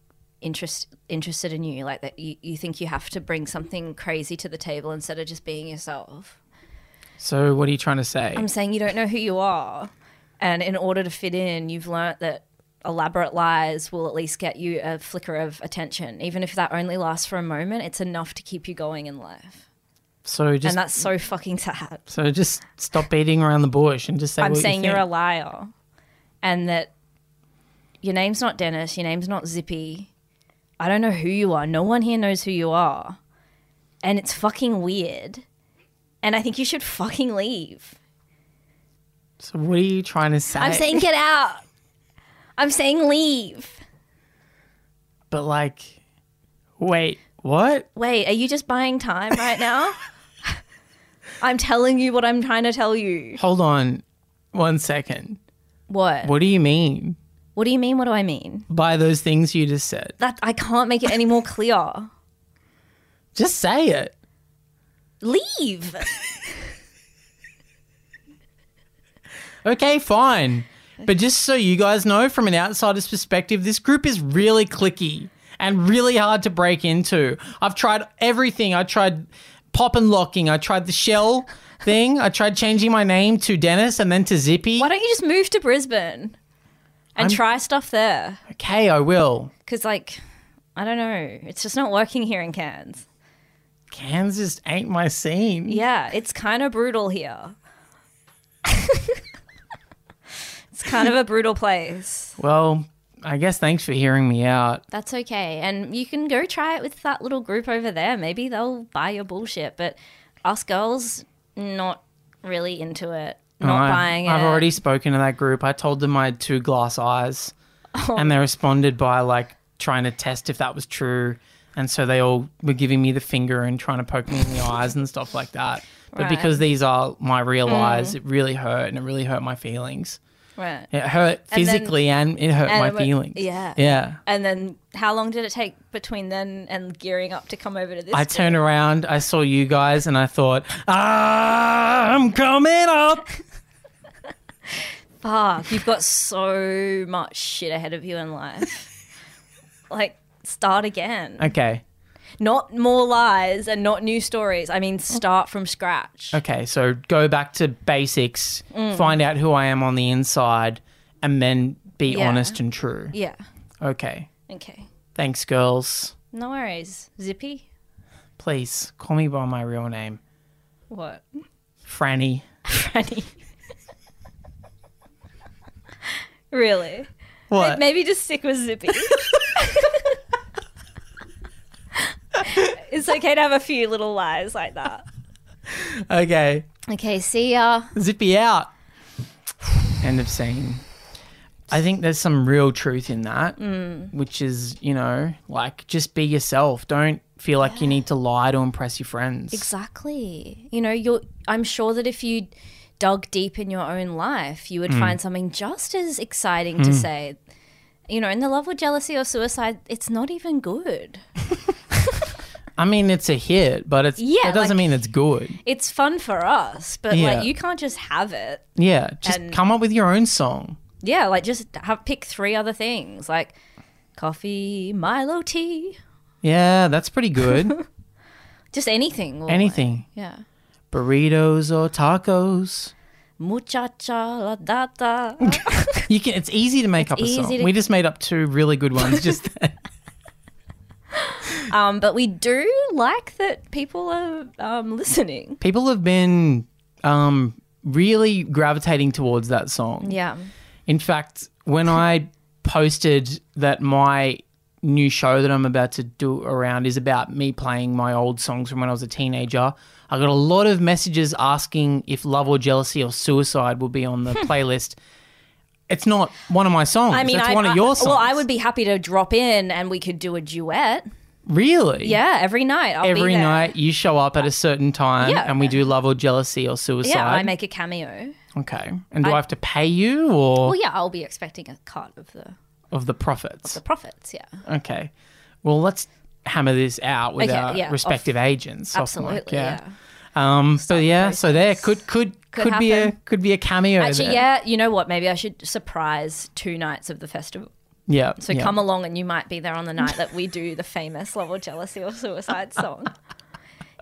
[SPEAKER 1] interest interested in you. Like that you, you think you have to bring something crazy to the table instead of just being yourself.
[SPEAKER 2] So, what are you trying to say?
[SPEAKER 1] I'm saying you don't know who you are. And in order to fit in, you've learnt that elaborate lies will at least get you a flicker of attention. Even if that only lasts for a moment, it's enough to keep you going in life.
[SPEAKER 2] so, just
[SPEAKER 1] and that's so fucking sad.
[SPEAKER 2] so just stop beating around the bush and just say.
[SPEAKER 1] I'm
[SPEAKER 2] what
[SPEAKER 1] saying
[SPEAKER 2] you
[SPEAKER 1] you're a
[SPEAKER 2] think.
[SPEAKER 1] liar, and that your name's not Dennis. Your name's not Zippy. I don't know who you are. No one here knows who you are, and it's fucking weird. And I think you should fucking leave.
[SPEAKER 2] So, what are you trying to say?
[SPEAKER 1] I'm saying get out. I'm saying leave.
[SPEAKER 2] But like, wait, what?
[SPEAKER 1] Wait, are you just buying time right now? I'm telling you what I'm trying to tell you.
[SPEAKER 2] Hold on, one second.
[SPEAKER 1] What?
[SPEAKER 2] What do you mean
[SPEAKER 1] What do you mean? What do I mean?
[SPEAKER 2] by those things you just said?
[SPEAKER 1] That I can't make it any more clear.
[SPEAKER 2] Just say it.
[SPEAKER 1] Leave.
[SPEAKER 2] Okay, fine. But just so you guys know, from an outsider's perspective, this group is really clicky and really hard to break into. I've tried everything. I tried pop and locking. I tried the shell thing. I tried changing my name to Dennis and then to Zippy.
[SPEAKER 1] Why don't you just move to Brisbane and try stuff there?
[SPEAKER 2] Okay, I will.
[SPEAKER 1] Because, like, I don't know. It's just not working here in Cairns.
[SPEAKER 2] Kansas ain't my scene.
[SPEAKER 1] Yeah, it's kind of brutal here. it's kind of a brutal place.
[SPEAKER 2] Well, I guess thanks for hearing me out.
[SPEAKER 1] That's okay. And you can go try it with that little group over there. Maybe they'll buy your bullshit. But us girls, not really into it. Not
[SPEAKER 2] I,
[SPEAKER 1] buying it.
[SPEAKER 2] I've already spoken to that group. I told them I had two glass eyes,
[SPEAKER 1] Oh.
[SPEAKER 2] and they responded by like trying to test if that was true. And so they all were giving me the finger and trying to poke me in the eyes and stuff like that. But
[SPEAKER 1] Right. Mm.
[SPEAKER 2] because these are my real eyes, it really hurt and it really hurt my feelings.
[SPEAKER 1] Right.
[SPEAKER 2] It hurt
[SPEAKER 1] then-
[SPEAKER 2] physically and, it hurt
[SPEAKER 1] and
[SPEAKER 2] my
[SPEAKER 1] it wa-
[SPEAKER 2] feelings.
[SPEAKER 1] yeah.
[SPEAKER 2] Yeah.
[SPEAKER 1] And then how long did it take between then and gearing up to come over to this?
[SPEAKER 2] I turned around, I saw you guys, and I thought, "Ah, I'm coming up.
[SPEAKER 1] Fuck, you've got so much shit ahead of you in life. like, start again.
[SPEAKER 2] Okay.
[SPEAKER 1] Not more lies and not new stories. I mean, start from scratch.
[SPEAKER 2] Okay, so go back to basics,
[SPEAKER 1] Mm.
[SPEAKER 2] find out who I am on the inside, and then be
[SPEAKER 1] Yeah.
[SPEAKER 2] honest and true.
[SPEAKER 1] Yeah.
[SPEAKER 2] Okay.
[SPEAKER 1] Okay.
[SPEAKER 2] Thanks, girls.
[SPEAKER 1] No worries. Zippy?
[SPEAKER 2] Please call me by my real name,
[SPEAKER 1] What?
[SPEAKER 2] Franny.
[SPEAKER 1] Franny. really?
[SPEAKER 2] What?
[SPEAKER 1] Maybe just stick with Zippy. it's okay to have a few little lies like that.
[SPEAKER 2] Okay.
[SPEAKER 1] Okay, see ya.
[SPEAKER 2] Zippy out. End of scene. I think there's some real truth in that,
[SPEAKER 1] Mm.
[SPEAKER 2] which is, you know, like just be yourself. Don't feel like you need to lie to impress your friends.
[SPEAKER 1] Exactly. You know, you're I'm sure that if you dug deep in your own life, you would find something just as exciting to say. You know, in the love or jealousy or suicide, it's not even good.
[SPEAKER 2] I mean, it's a hit, but it's
[SPEAKER 1] Yeah,
[SPEAKER 2] That doesn't
[SPEAKER 1] like-
[SPEAKER 2] mean it's good.
[SPEAKER 1] It's fun for us, but
[SPEAKER 2] Yeah.
[SPEAKER 1] like you can't just have it.
[SPEAKER 2] Yeah, just
[SPEAKER 1] And-
[SPEAKER 2] come up with your own song.
[SPEAKER 1] Yeah, like just have pick three other things like coffee, Milo tea,
[SPEAKER 2] Yeah, that's pretty good.
[SPEAKER 1] just anything. will-
[SPEAKER 2] Anything,
[SPEAKER 1] Yeah.
[SPEAKER 2] burritos or tacos.
[SPEAKER 1] Muchacha la data.
[SPEAKER 2] You can. It's easy to make up a
[SPEAKER 1] easy
[SPEAKER 2] song.
[SPEAKER 1] to-
[SPEAKER 2] We just made up two really good ones. Just
[SPEAKER 1] um, but we do like that people are um, listening.
[SPEAKER 2] people have been um, really gravitating towards that song.
[SPEAKER 1] Yeah.
[SPEAKER 2] In fact, when I posted that my new show that I'm about to do around is about me playing my old songs from when I was a teenager, I got a lot of messages asking if Love or Jealousy or Suicide will be on the playlist. It's not one of my songs.
[SPEAKER 1] I mean,
[SPEAKER 2] it's
[SPEAKER 1] I,
[SPEAKER 2] one
[SPEAKER 1] I-
[SPEAKER 2] of your songs.
[SPEAKER 1] Well, I would be happy to drop in and we could do a duet.
[SPEAKER 2] really.
[SPEAKER 1] Yeah, every night. I'll be
[SPEAKER 2] Every
[SPEAKER 1] there.
[SPEAKER 2] night you show up at a certain time,
[SPEAKER 1] Yeah.
[SPEAKER 2] and we do Love or Jealousy or Suicide.
[SPEAKER 1] Yeah, I make a cameo.
[SPEAKER 2] okay. And do I, have to pay you or
[SPEAKER 1] Well, yeah, I'll be expecting a cut of the,
[SPEAKER 2] of the profits?
[SPEAKER 1] the profits. Yeah.
[SPEAKER 2] Okay. Well, let's hammer this out with
[SPEAKER 1] Okay,
[SPEAKER 2] our
[SPEAKER 1] yeah,
[SPEAKER 2] respective agents. off mic,
[SPEAKER 1] Absolutely. yeah.
[SPEAKER 2] Um. So yeah. So there could could could,
[SPEAKER 1] Could
[SPEAKER 2] be a
[SPEAKER 1] happen.
[SPEAKER 2] could be a cameo.
[SPEAKER 1] Actually,
[SPEAKER 2] there.
[SPEAKER 1] yeah, you know what? Maybe I should surprise two nights of the festival.
[SPEAKER 2] Yeah.
[SPEAKER 1] So come along and you might be there on the night that we do the famous Love or Jealousy or Suicide song.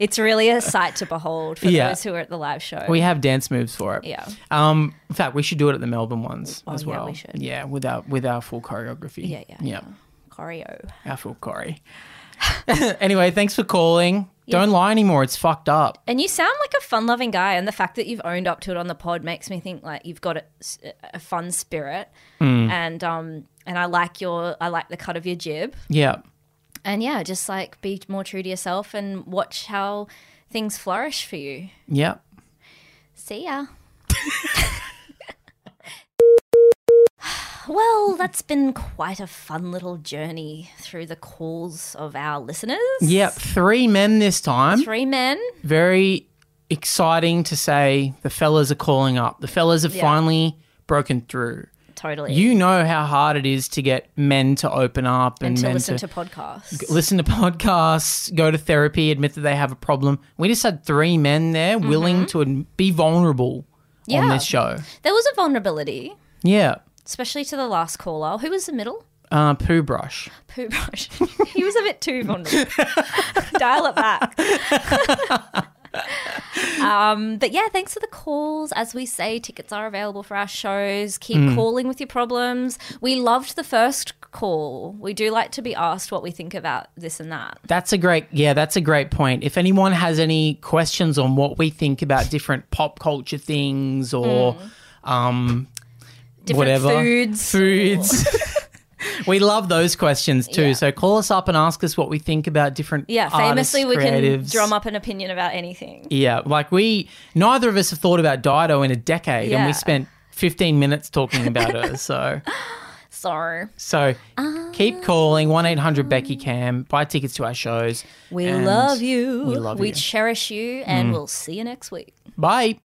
[SPEAKER 1] It's really a sight to behold for
[SPEAKER 2] Yeah.
[SPEAKER 1] those who are at the live show.
[SPEAKER 2] We have dance moves for it.
[SPEAKER 1] yeah. Oh,
[SPEAKER 2] Um. In fact, we should do it at the Melbourne ones as
[SPEAKER 1] yeah,
[SPEAKER 2] well.
[SPEAKER 1] we should.
[SPEAKER 2] Yeah. With our with our full choreography.
[SPEAKER 1] Yeah, yeah,
[SPEAKER 2] Yeah.
[SPEAKER 1] Choreo.
[SPEAKER 2] Our full chore. anyway, thanks for calling. Don't lie anymore. It's fucked up.
[SPEAKER 1] And you sound like a fun loving guy. And the fact that you've owned up to it on the pod makes me think like you've got a, a fun spirit.
[SPEAKER 2] Mm.
[SPEAKER 1] And, um, and I like your, I like the cut of your jib.
[SPEAKER 2] Yeah.
[SPEAKER 1] And yeah, just like be more true to yourself and watch how things flourish for you.
[SPEAKER 2] Yeah.
[SPEAKER 1] See ya. well, that's been quite a fun little journey through the calls of our listeners.
[SPEAKER 2] Yep. Three men this time.
[SPEAKER 1] Three men.
[SPEAKER 2] very exciting to say the fellas are calling up. The fellas have finally broken through.
[SPEAKER 1] Totally.
[SPEAKER 2] You know how hard it is to get men to open up and,
[SPEAKER 1] and to
[SPEAKER 2] men
[SPEAKER 1] listen
[SPEAKER 2] to,
[SPEAKER 1] to, podcasts.
[SPEAKER 2] listen to podcasts, go to therapy, admit that they have a problem. We just had three men there willing to ad- be vulnerable on
[SPEAKER 1] Mm-hmm. Yeah.
[SPEAKER 2] this show.
[SPEAKER 1] There was a vulnerability,
[SPEAKER 2] Yeah.
[SPEAKER 1] especially to the last caller. Who was the middle?
[SPEAKER 2] Uh, poo brush.
[SPEAKER 1] Pooh Brush. he was a bit too vulnerable. Dial it back. um, but yeah, thanks for the calls. As we say, tickets are available for our shows. Keep
[SPEAKER 2] Mm.
[SPEAKER 1] calling with your problems. We loved the first call. We do like to be asked what we think about this and that.
[SPEAKER 2] That's a great yeah, that's a great point. If anyone has any questions on what we think about different pop culture things or um
[SPEAKER 1] Hmm. Different
[SPEAKER 2] whatever
[SPEAKER 1] foods.
[SPEAKER 2] foods. we love those questions too.
[SPEAKER 1] Yeah.
[SPEAKER 2] So call us up and ask us what we think about different
[SPEAKER 1] Yeah, famously, we
[SPEAKER 2] artists,
[SPEAKER 1] can
[SPEAKER 2] creatives.
[SPEAKER 1] drum up an opinion about anything.
[SPEAKER 2] Yeah, like we neither of us have thought about Dido in a decade, and
[SPEAKER 1] Yeah.
[SPEAKER 2] we spent fifteen minutes talking about her. So
[SPEAKER 1] So
[SPEAKER 2] so
[SPEAKER 1] Ah.
[SPEAKER 2] keep calling one eight hundred Becky Cam. Buy tickets to our shows.
[SPEAKER 1] we
[SPEAKER 2] and
[SPEAKER 1] love you.
[SPEAKER 2] we love you. Mm.
[SPEAKER 1] cherish you, and we'll see you next week.
[SPEAKER 2] Bye.